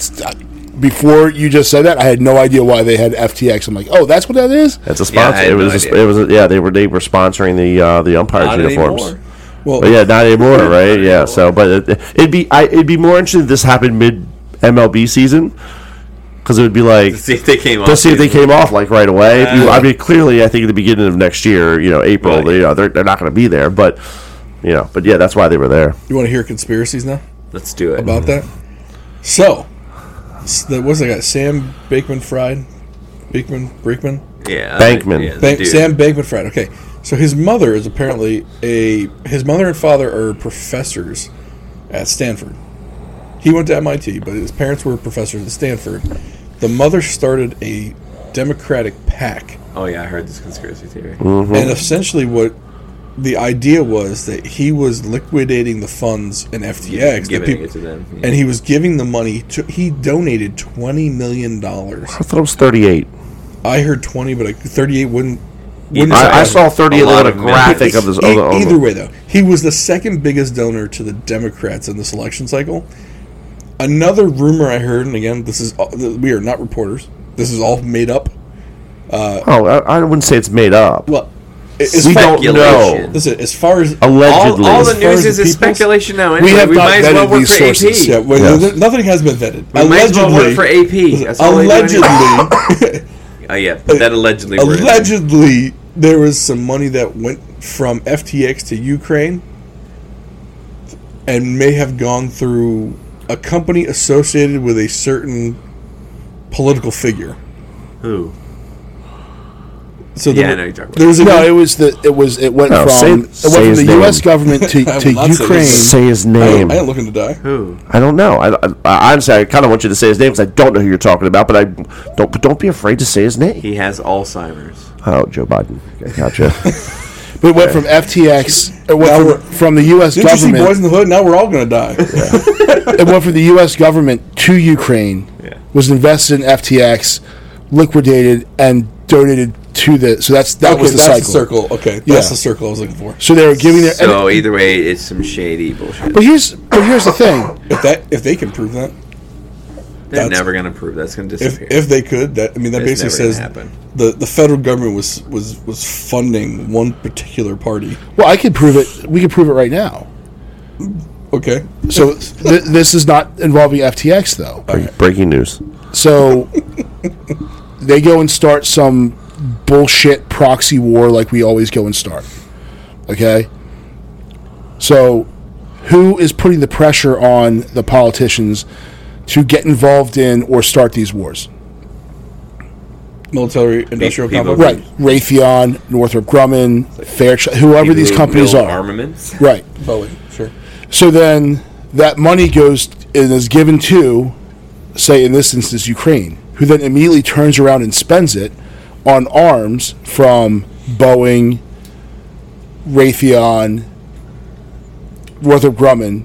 before you just said that, I had no idea why they had FTX. I'm like, oh, that's what that is. It's a Yeah, I sponsor. had it was. no a sp- idea. it was. A, yeah, they were. They were sponsoring the uh, the umpires Not uniforms. anymore. Well, But yeah, not anymore, right? Yeah. So, but it, it'd be. I, it'd be more interesting if this happened mid MLB season because it would be like. See if they came on. Let's see if they season. came off like right away. If you- I mean, clearly, I think at the beginning of next year, you know, April, Right. they, you know, they're, they're not going to be there. But you know, but yeah, that's why they were there. you want to hear conspiracies now Let's do it. about that? So, s- that was that guy Sam Bakeman Fried, Bakeman Brakeman, yeah. Bankman. yeah, the Bank, dude. Sam Bakeman Fried. Okay, so his mother is apparently a his mother and father are professors at Stanford. He went to MIT, but his parents were professors at Stanford. The mother started a Democratic pack. Oh yeah, I heard this conspiracy theory. And essentially, what the idea was that he was liquidating the funds in FTX, the Giving people, it to them. Yeah. and he was giving the money to. He donated twenty million dollars. I thought it was thirty-eight. I heard twenty, but like thirty-eight wouldn't. wouldn't Either I, I way, saw thirty-eight a lot on a of millions. graphic of this. E- of the- either way, though, he was the second biggest donor to the Democrats in this election cycle. Another rumor I heard, and again, this is all- we are not reporters. This is all made up. Oh, I, I wouldn't say it's made up. Well, as we far, don't know. Speculation. Listen, as far as Allegedly, all, all As the far news as is, the is people's- speculation now. Anyway, we, have not might as well vetted work these for sources. AP. Yeah, well, Yes. th- nothing has been vetted. We might as well work for AP. That's all they do anyway. [laughs] allegedly, Oh yeah, but that allegedly. we're in. allegedly, there was some money that went from FTX to Ukraine, and may have gone through a company associated with a certain political figure. Who? So Yeah, there, I know you're talking about. there was a No, it was the it was it went No, from say- it went say from his the name. U.S. government to, [laughs] I to will not say Ukraine. his Say his I, name. ain't- I ain't looking to die. Who? I don't know. I, I, I honestly, I kind of want you to say his name because I don't know who you're talking about. But I don't. But don't be afraid to say his name. He has Alzheimer's. Oh, Joe Biden. Okay, gotcha. But it went from FTX. It Now went we're- from, from the U.S. Didn't you see government. Boys in the Hood? Now we're all going to die. it went from the U.S. government to Ukraine. Yeah. Was invested in FTX, liquidated, and donated to the. So that's that okay, was the that's cycle. the circle. Okay, that's Yeah. the circle I was looking for. So they were giving their. and- So either way, it's some shady bullshit. but here's but here's the thing. If that if they can prove that, They're that's- never gonna prove that's gonna if, disappear. if they could, that I mean, that It's basically never says gonna happen. the the federal government was was was funding one particular party. Well, I could prove it. We could prove it right now. Okay, So th- this is not involving FTX though. Breaking news. So they go and start some bullshit proxy war like we always go and start. Okay? So who is putting the pressure on the politicians to get involved in or start these wars? military industrial people- complex. Right. Raytheon, Northrop Grumman, Fairchild, whoever these Who companies build are. Armaments. Right. Boeing, sure. So then that money goes and is given to, say in this instance, Ukraine, who then immediately turns around and spends it on arms from Boeing, Raytheon, Northrop Grumman,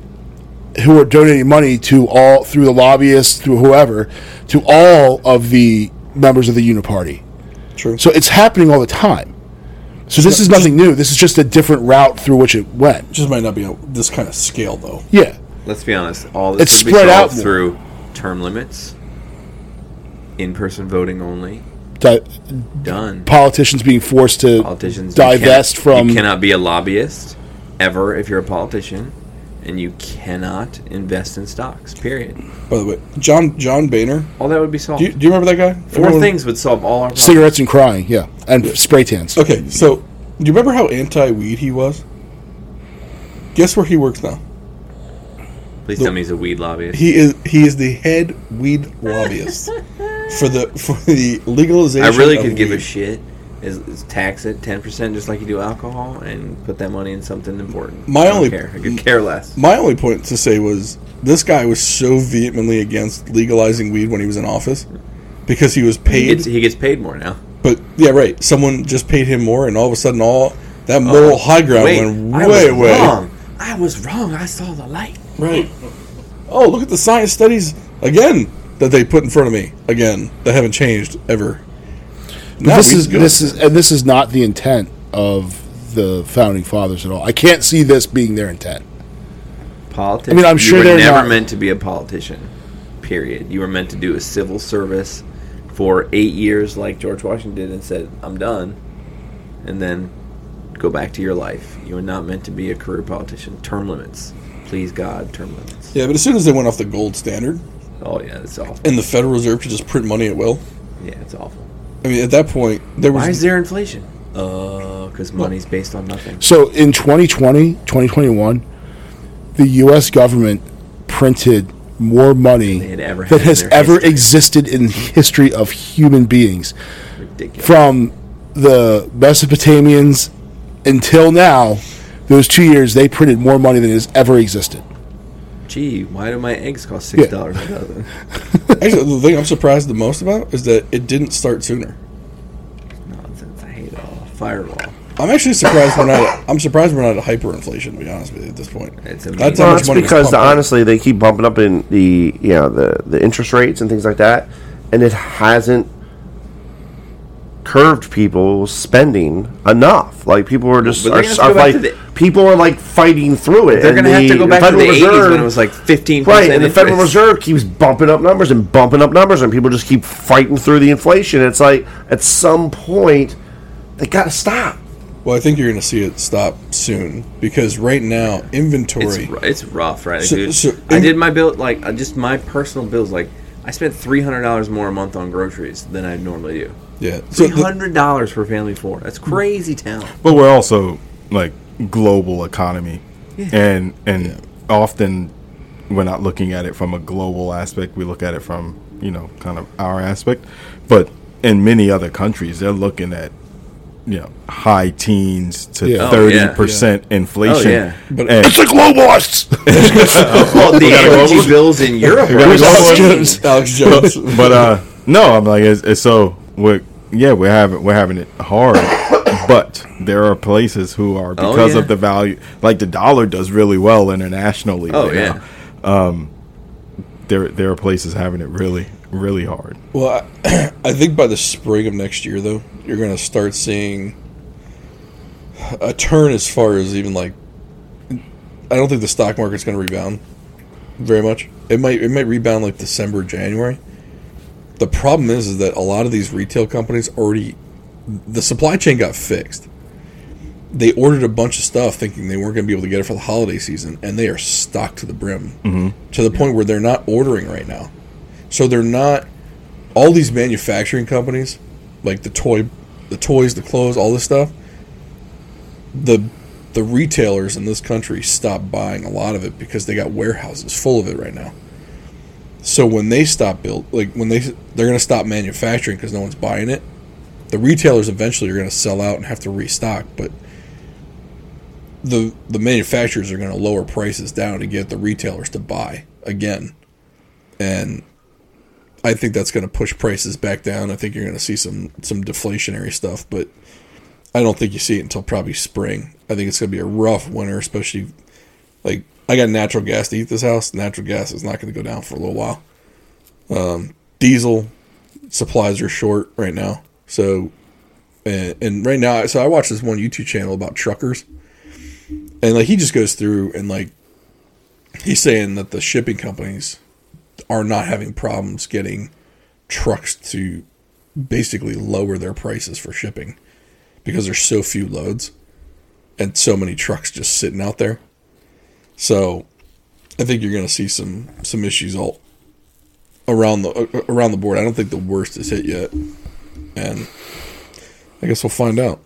who are donating money to all through the lobbyists, through whoever, to all of the members of the Uniparty. True. So it's happening all the time. So this is nothing new. This is just a different route through which it went. Just might not be on this kind of scale though. Yeah. Let's be honest. All this It's could be spread solved out more. through term limits, in-person voting only. That- Done. politicians being forced to politicians you divest cannot- from You cannot be a lobbyist ever if you're a politician, and you cannot invest in stocks. Period. By the way, John John Boehner. All that would be solved. Do you, do you remember that guy? Four Everyone- things would solve all our problems. cigarettes and crying, yeah, and spray tans. Okay, so do you remember how anti weed he was? Guess where he works now. Please tell me he's a weed lobbyist. He is he is the head weed lobbyist for the for the legalization. I really of could give a weed. shit. Is, is tax it ten percent just like you do alcohol and put that money in something important. My I don't only- care. I could care less. My only point to say was this guy was so vehemently against legalizing weed when he was in office because he was He paid. gets, he gets paid more now. but yeah, right. Someone just paid him more, and all of a sudden, all that moral high ground went Uh, I way was away. wrong. I was wrong. I saw the light. Right. Oh, look at the science studies again that they put in front of me again that haven't changed ever. Now this we is go- this is and this is not the intent of the founding fathers at all. I can't see this being their intent. Politics. I mean, I'm sure you were they're never not- meant to be a politician. Period. You were meant to do a civil service for eight years, like George Washington did, and said, "I'm done," and then go back to your life. You were not meant to be a career politician. Term limits, please God, term limits. yeah, but as soon as they went off the gold standard Oh yeah, it's awful. and the Federal Reserve could just print money at will, Yeah, it's awful. I mean, at that point there was Why is there inflation? Uh, because money's based on nothing. So in 2020, 2021, the U.S. government printed more money Than it ever has that in has their ever history. existed in the history of human beings. Ridiculous. From the Mesopotamians until now, those two years, they printed more money than has ever existed. Gee, why do my eggs cost six dollars a dozen? actually the thing I'm surprised the most about is that it didn't start sooner. Nonsense. I hate it all. Firewall. I'm actually surprised we're not. I'm surprised we're not at hyperinflation. To be honest with you, at this point, It's amazing. that's how Well, much it's money was because pumped out. honestly, they keep bumping up in the you know the the interest rates and things like that, and it hasn't curved people's spending enough. Like people are just But they're gonna are, have to are go back like to the- people are like fighting through it. They're and gonna have to go back to Federal the '80s when Reserve- it was like 15. Right, and the Federal Reserve keeps bumping up numbers and bumping up numbers, and people just keep fighting through the inflation. It's like at some point they gotta stop. Well, I think you're going to see it stop soon because right now inventory. It's, ru- it's rough, right? So- dude? so I in- did my bill, like uh, just my personal bills. Like I spent three hundred dollars more a month on groceries than I normally do. Yeah. So Three the- hundred dollars for family four. That's crazy town. But we're also like global economy, and and often we're not looking at it from a global aspect. We look at it from you know kind of our aspect. But in many other countries, they're looking at you know high teens to Yeah. Oh, thirty yeah. percent inflation. Oh, yeah. But- And- the globalists! Well, [laughs] the energy bills in Europe. Are Alex insane. Jones. Alex Jones. [laughs] but uh no i'm like it's, it's so we're yeah we're having we're having it hard but there are places who are Oh, because yeah. of the value like the dollar does really well internationally Oh right yeah. now. there there are places having it really really hard well, I, [clears throat] I think by the spring of next year, though, you're going to start seeing a turn as far as even like. I don't think the stock market's going to rebound very much. It might it might rebound like December, January. The problem is, is that a lot of these retail companies already the supply chain got fixed. They ordered a bunch of stuff thinking they weren't going to be able to get it for the holiday season, and they are stocked to the brim to the point where they're not ordering right now. So they're not all these manufacturing companies, like the toy, the toys, the clothes, all this stuff. The the retailers in this country stopped buying a lot of it because they got warehouses full of it right now. So when they stop build, like when they they're going to stop manufacturing because no one's buying it, the retailers eventually are going to sell out and have to restock, but the the manufacturers are going to lower prices down to get the retailers to buy again. And I think that's going to push prices back down. I think you're going to see some some deflationary stuff, but I don't think you see it until probably spring. I think it's going to be a rough winter, especially like I got natural gas to heat this house. Natural gas is not going to go down for a little while. Um, diesel supplies are short right now, so and, and right now, so I watch this one YouTube channel about truckers, and like he just goes through and like he's saying that the shipping companies are not having problems getting trucks to basically lower their prices for shipping because there's so few loads and so many trucks just sitting out there. So I think you're going to see some some issues all around the uh, around the board. I don't think the worst is hit yet. And I guess we'll find out.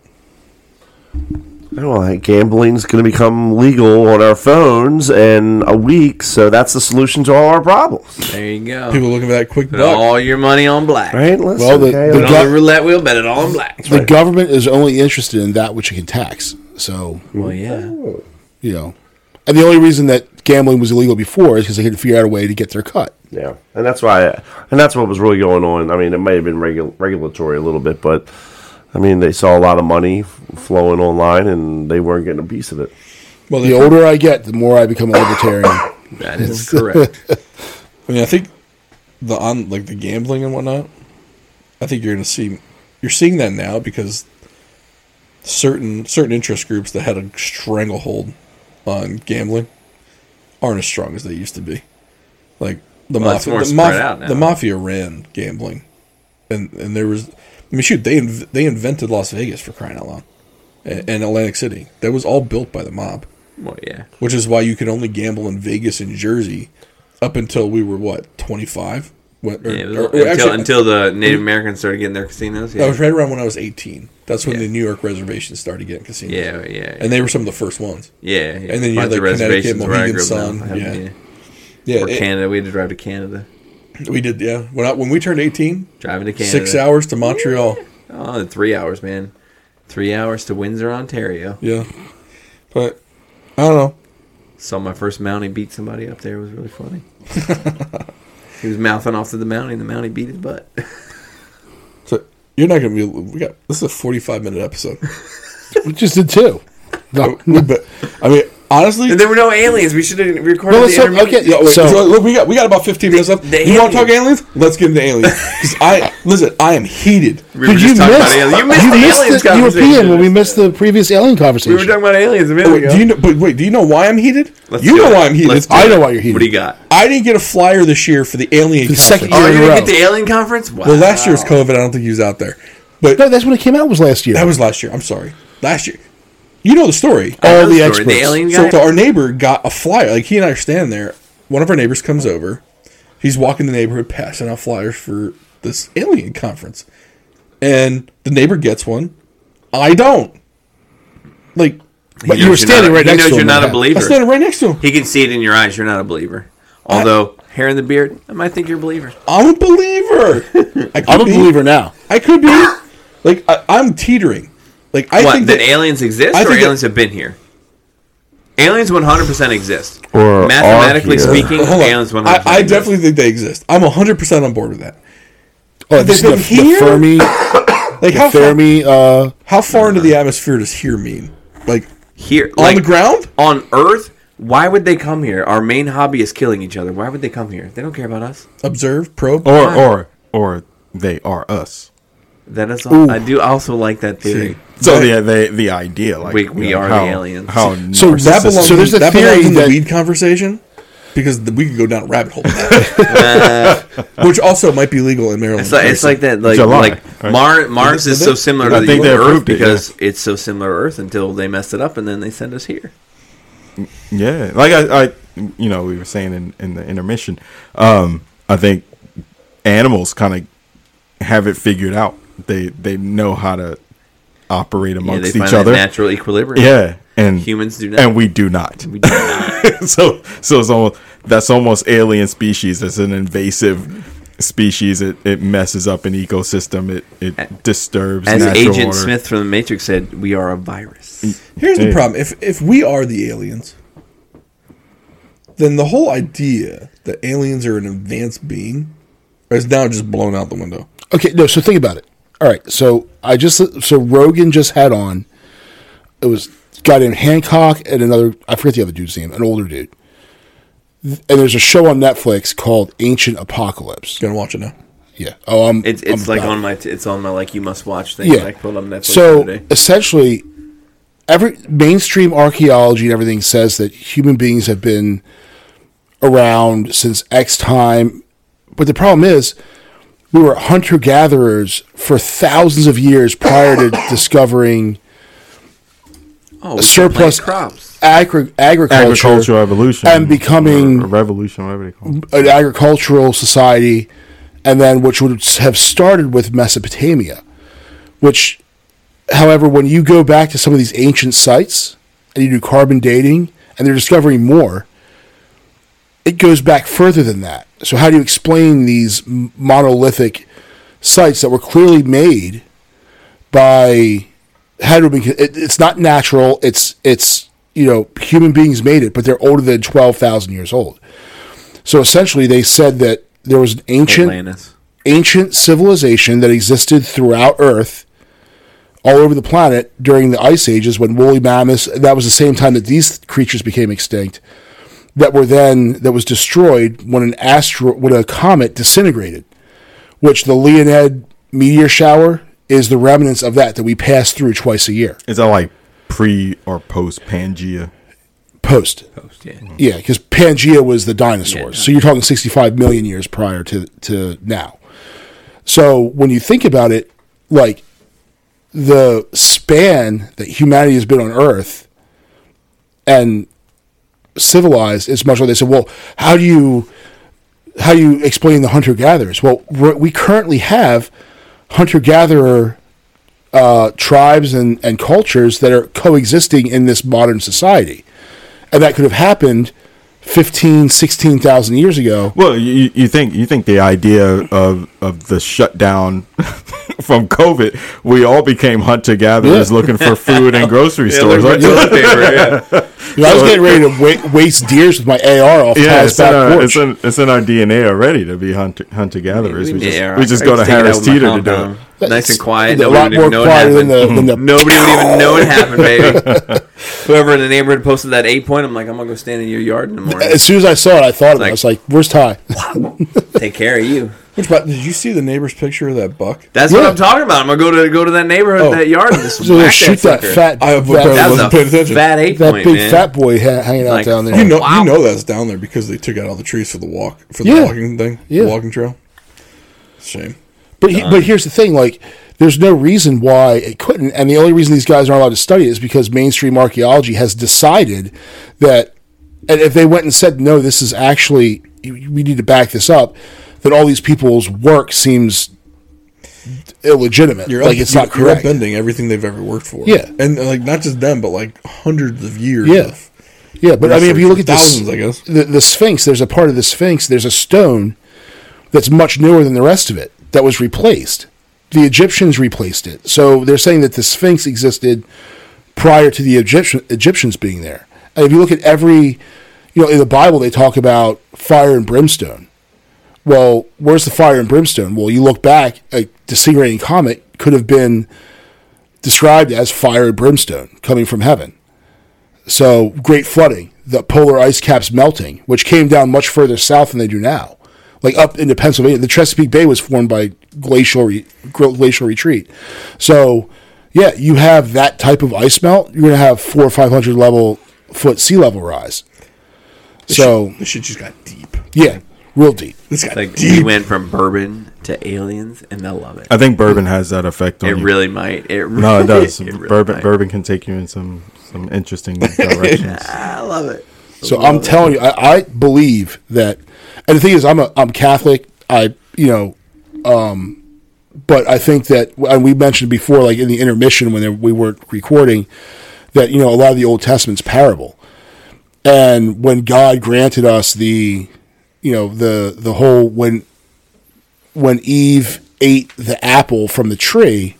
I don't know. like, Gambling's going to become legal on our phones in a week, so that's the solution to all our problems, There you go. People looking for that quick Put buck. all your money on black. right? Listen, Well, the- okay, the Put like, it on Gu- the roulette wheel. Bet it all on black. The government is only interested in that which it can tax. So, Well, yeah. you know. And the only reason that gambling was illegal before is because they couldn't figure out a way to get their cut. yeah, and that's why, and that's what was really going on. I mean, it might have been regu- regulatory a little bit, but I mean, they saw a lot of money f- flowing online, and they weren't getting a piece of it. Well, The they, [laughs] older I get, the more I become a libertarian. That is correct. I mean, I think the on like the gambling and whatnot, I think you're going to see you're seeing that now because certain certain interest groups that had a stranglehold on gambling aren't as strong as they used to be. Like the Well, it's mafia, more the, spread maf- out now. the mafia ran gambling, and and there was I mean shoot they inv- they invented Las Vegas for crying out loud, and, and Atlantic City that was all built by the mob Well, yeah. which is why you could only gamble in Vegas and Jersey up until we were what twenty five. Or, Yeah, it was- or- or until, actually, Oh, until the Native Americans started getting their casinos. that Yeah, was right around when I was eighteen. That's when Yeah. the New York reservations started getting casinos. yeah, yeah, yeah. and they were some of the first ones. yeah, and then you had, Bunch of like, Connecticut, reservations where I Mohegan grew up Sun, now. I haven't- yeah. Yeah, or it- Canada. We had to drive to Canada. we did. Yeah, when I, when we turned eighteen, Driving to Canada. six hours to Montreal. Oh, three hours, man. Three hours to Windsor, Ontario. Yeah, but I don't know. Saw my first Mountie beat somebody up there. It was [laughs] really funny. he was mouthing off to the Mountie, and the Mountie beat his butt. [laughs] So you're not gonna be. We got this is a forty five minute episode. [coughs] [laughs] We just did two. No, [laughs] We be- I mean, honestly, and there were no aliens. We should have recorded No, the so- interview. okay, Yeah, wait, So- so look, we got we got about fifteen minutes left. The you want to alien. talk aliens? Let's get into aliens. [laughs] 'Cause I listen, I am heated. We were Dude, just you talking about missed, aliens. you missed, the aliens the conversation. European when we missed the previous alien We conversation. were talking about aliens a minute Wait, ago. Oh, do you know? But wait, do you know why I'm heated? Let's you do know it. why I'm heated. Let's do I it. know why you're heated. What do you got? I didn't get a flyer this year for the alien. The conference. second Oh, year you in a didn't get row. the alien conference? Wow. Well, last year was COVID. I don't think he was out there, but no, that's when it came out was last year. that was last year. I'm sorry, last year. You know the story. I know all the story. experts. The alien So, guy. so our neighbor got a flyer. Like he and I are standing there. One of our neighbors comes over. He's walking the neighborhood, passing out flyers for this alien conference, and the neighbor gets one. I don't. Like but He you were knows you're standing not a- right he next to knows him. you're when not it a happened. I believer. standing right next to him. He can see it in your eyes. You're not a believer. Although hair in the beard, I might think you're a believer. I'm a [laughs] believer. I could I'm a be. believer now. I could be. Like I, I'm teetering. Like I what? think That, that, aliens exist, I or think that- aliens have been here? Aliens 100 percent exist. Or mathematically are here. speaking, Hold on. aliens 100. I, I definitely think they exist. I'm 100 percent on board with that. Oh, this They've is the, been the here? Fermi, Like how far, Fermi. Uh, how far into the atmosphere does here mean? Like here on like, the ground? on Earth. Why would they come here? Our main hobby is killing each other. Why would they come here? They don't care about us. Observe, probe. Or or or they are us. That is all. I do also like that theory. So Right. the the the idea like We- you we are the aliens. How So narcissistic- that belongs. So there's a that theory belongs in that- the weed conversation because the, we could go down a rabbit hole, with [laughs] that. [laughs] which also might be legal in Maryland. It's like, it's like that. Like July, like right? Mar- Mars is so similar I to the think they Earth approved it, because it's so similar to Earth until they messed it up and then they send us here. Yeah, like I, I, you know, we were saying in, in the intermission. Um, I think animals kind of have it figured out. They they know how to operate Yeah, they amongst find each that other. natural equilibrium. yeah, and humans do not. and we do not. We do not. [laughs] so so it's almost that's almost alien species. It's an invasive species. It it messes up an ecosystem. It it disturbs As natural Agent order. Mm. Smith from the Matrix said, we are a virus. Here's the Yeah. problem: if if we are the aliens, then the whole idea that aliens are an advanced being is now just blown out the window. okay, no. So think about it. All right. So I just so Rogan just had on. It was guy named Hancock and another. I forget the other dude's name. An older dude. And there's a show on Netflix called Ancient Apocalypse. Gonna watch it now. Yeah. Oh, I'm. It's it's I'm like about- on my t- it's on my like you must watch thing. Yeah. I pulled on Netflix so the other day. essentially, every mainstream archaeology and everything says that human beings have been around since X time, but the problem is we were hunter gatherers for thousands of years [coughs] prior to discovering Oh, we surplus- surplus crops. agri- agriculture, agricultural evolution and becoming or revolution, whatever they call it. an agricultural society, and then which would have started with Mesopotamia. Which, however, when you go back to some of these ancient sites and you do carbon dating and they're discovering more, it goes back further than that. So, how do you explain these m- monolithic sites that were clearly made by had to be it, it's not natural it's it's you know human beings made it but they're older than 12,000 years old so essentially they said that there was an ancient Atlantis. ancient civilization that existed throughout earth all over the planet during the ice ages when woolly mammoths that was the same time that these creatures became extinct that were then that was destroyed when an astro when a comet disintegrated, which the Leonid meteor shower is the remnants of that that we pass through twice a year. Is that like pre or post Pangea? Post, Yeah. [laughs] yeah, because Pangea was the dinosaurs, so you're talking 65 million years prior to to now. So when you think about it, like the span that humanity has been on Earth and civilized is much like they said. Well, how do you how do you explain the hunter gatherers? Well, we're- we currently have hunter gatherer uh, tribes and, and cultures that are coexisting in this modern society, and that could have happened 15, 16,000 years ago. Well, you, you think you think the idea of of the shutdown [laughs] from COVID, we all became hunter gatherers Yeah. looking for food [laughs] and grocery stores. look right? for toilet paper, yeah. Dude, I was getting ready to wa- waste deers with my AR off yeah, Yeah, Ty's it's in, back our, porch. it's, in, it's in our DNA already to be hunter [laughs] hunter gatherers. We, Yeah, just, yeah, we just I go to used hang out Harris with my Teeter to do compound. it. Nice and quiet. A Nobody lot would more even know it quieter than happened. [laughs] Mm-hmm. the, than the Nobody would even know it happened, baby. Whoever in the neighborhood posted that eight point, I'm like, I'm gonna go stand in your yard in the morning. [laughs] As soon as I saw it, I thought of it. I was like, [laughs] "Where's Ty?" Take care of you. Which, but did you see the neighbor's picture of that buck? That's Yeah. what I'm talking about. I'm gonna go to go to that neighborhood, Oh. that yard, and just So they whack shoot that sucker. fat, I that, would probably That was wasn't paying a attention. fat eight that point, big man. fat boy ha- hanging out Like, down there. You know, Wow. you know that's down there because they took out all the trees for the walk for the Yeah. walking thing, Yeah. the walking trail. Shame. but he, but here's the thing: like, there's no reason why it couldn't, and the only reason these guys aren't allowed to study it is because mainstream archaeology has decided that, and if they went and said, "No, this is actually we need to back this up," that all these people's work seems illegitimate. You're like up, it's you're, not you're correct. upending everything they've ever worked for. Yeah. and like not just them, but like hundreds of years. Yeah. of- Yeah, but I mean, if you look at this, Thousands, I guess. The, the Sphinx, there's a part of the Sphinx, there's a stone that's much newer than the rest of it that was replaced. The Egyptians replaced it. So they're saying that the Sphinx existed prior to the Egyptian, Egyptians being there. And if you look at every, you know, in the Bible, they talk about fire and brimstone. Well, where's the fire and brimstone? Well, you look back, a disintegrating comet could have been described as fire and brimstone coming from heaven. So great flooding, the polar ice caps melting, which came down much further south than they do now, like up into Pennsylvania. The Chesapeake Bay was formed by glacial re- glacial retreat. So, yeah, you have that type of ice melt. You're gonna have four or five hundred level foot sea level rise. So This shit just got deep. yeah, real deep. This got Like we deep. went from bourbon to aliens, and they'll love it. I think bourbon has that effect on It you. really might. [laughs] It really, [laughs] no, it does. really bourbon might. bourbon can take you in some some interesting [laughs] directions. I love it. So I'm telling you, I, I believe that. And the thing is, I'm a I'm Catholic. I you know, um, but I think that and we mentioned before, like in the intermission when there, we weren't recording, that you know a lot of the Old Testament's parable, and when God granted us the, you know the the whole when, when Eve ate the apple from the tree,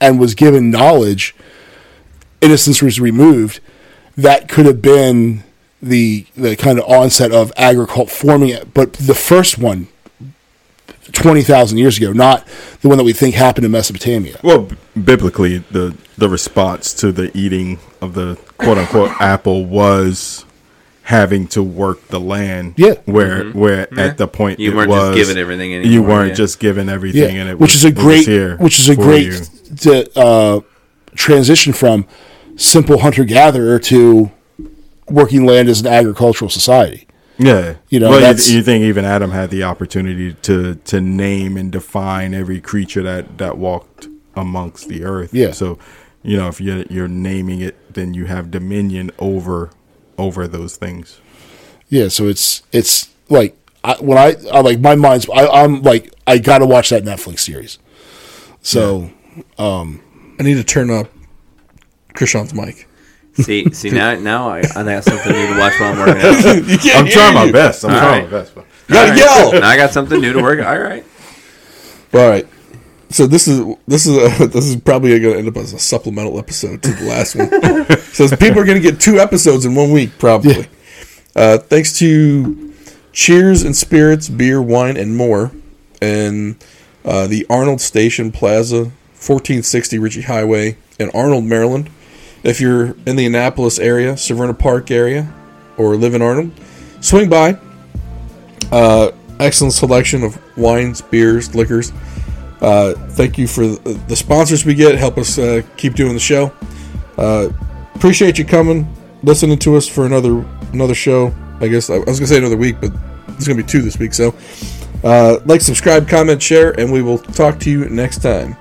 and was given knowledge, innocence was removed, that could have been the the kind of onset of agriculture forming it. But the first one, twenty thousand years ago, not the one that we think happened in Mesopotamia. Well, b- biblically, the the response to the eating of the quote unquote [laughs] apple was having to work the land. Yeah. where where at the point Mm-hmm. You it weren't just was, given everything You anymore, weren't yeah. just given everything, Yeah, and it which was, is a it was great here which is a for great you. t- uh, transition from simple hunter gatherer to working land as an agricultural society. Yeah, You know, Well, that's- you, you think even Adam had the opportunity to to name and define every creature that that walked amongst the earth. Yeah. So, you know, if you're you're naming it, then you have dominion over over those things. Yeah, so it's it's like I, when I I like my mind's I, I'm like I got to watch that Netflix series. So I need to turn up Krishan's mic. See, see now, now I, I got something new to watch while I'm working out. You can't I'm hear trying my you. best. I'm trying right. my best. but- You gotta yell. Now I got something new to work. All right. All right. So this is this is a, [laughs] this is probably going to end up as a supplemental episode to the last one. so people are going to get two episodes in one week, probably. Uh, thanks to Cheers and Spirits, beer, wine, and more, and uh, the Arnold Station Plaza, fourteen sixty Ritchie Highway in Arnold, Maryland. If you're in the Annapolis area, Severna Park area, or live in Arnold, swing by. Uh, excellent selection of wines, beers, liquors. Uh, thank you for the the sponsors we get. Help us uh, keep doing the show. Uh, appreciate you coming, listening to us for another another show. I guess I, I was gonna say another week, but there's gonna be two this week. So, uh, like, subscribe, comment, share, and we will talk to you next time.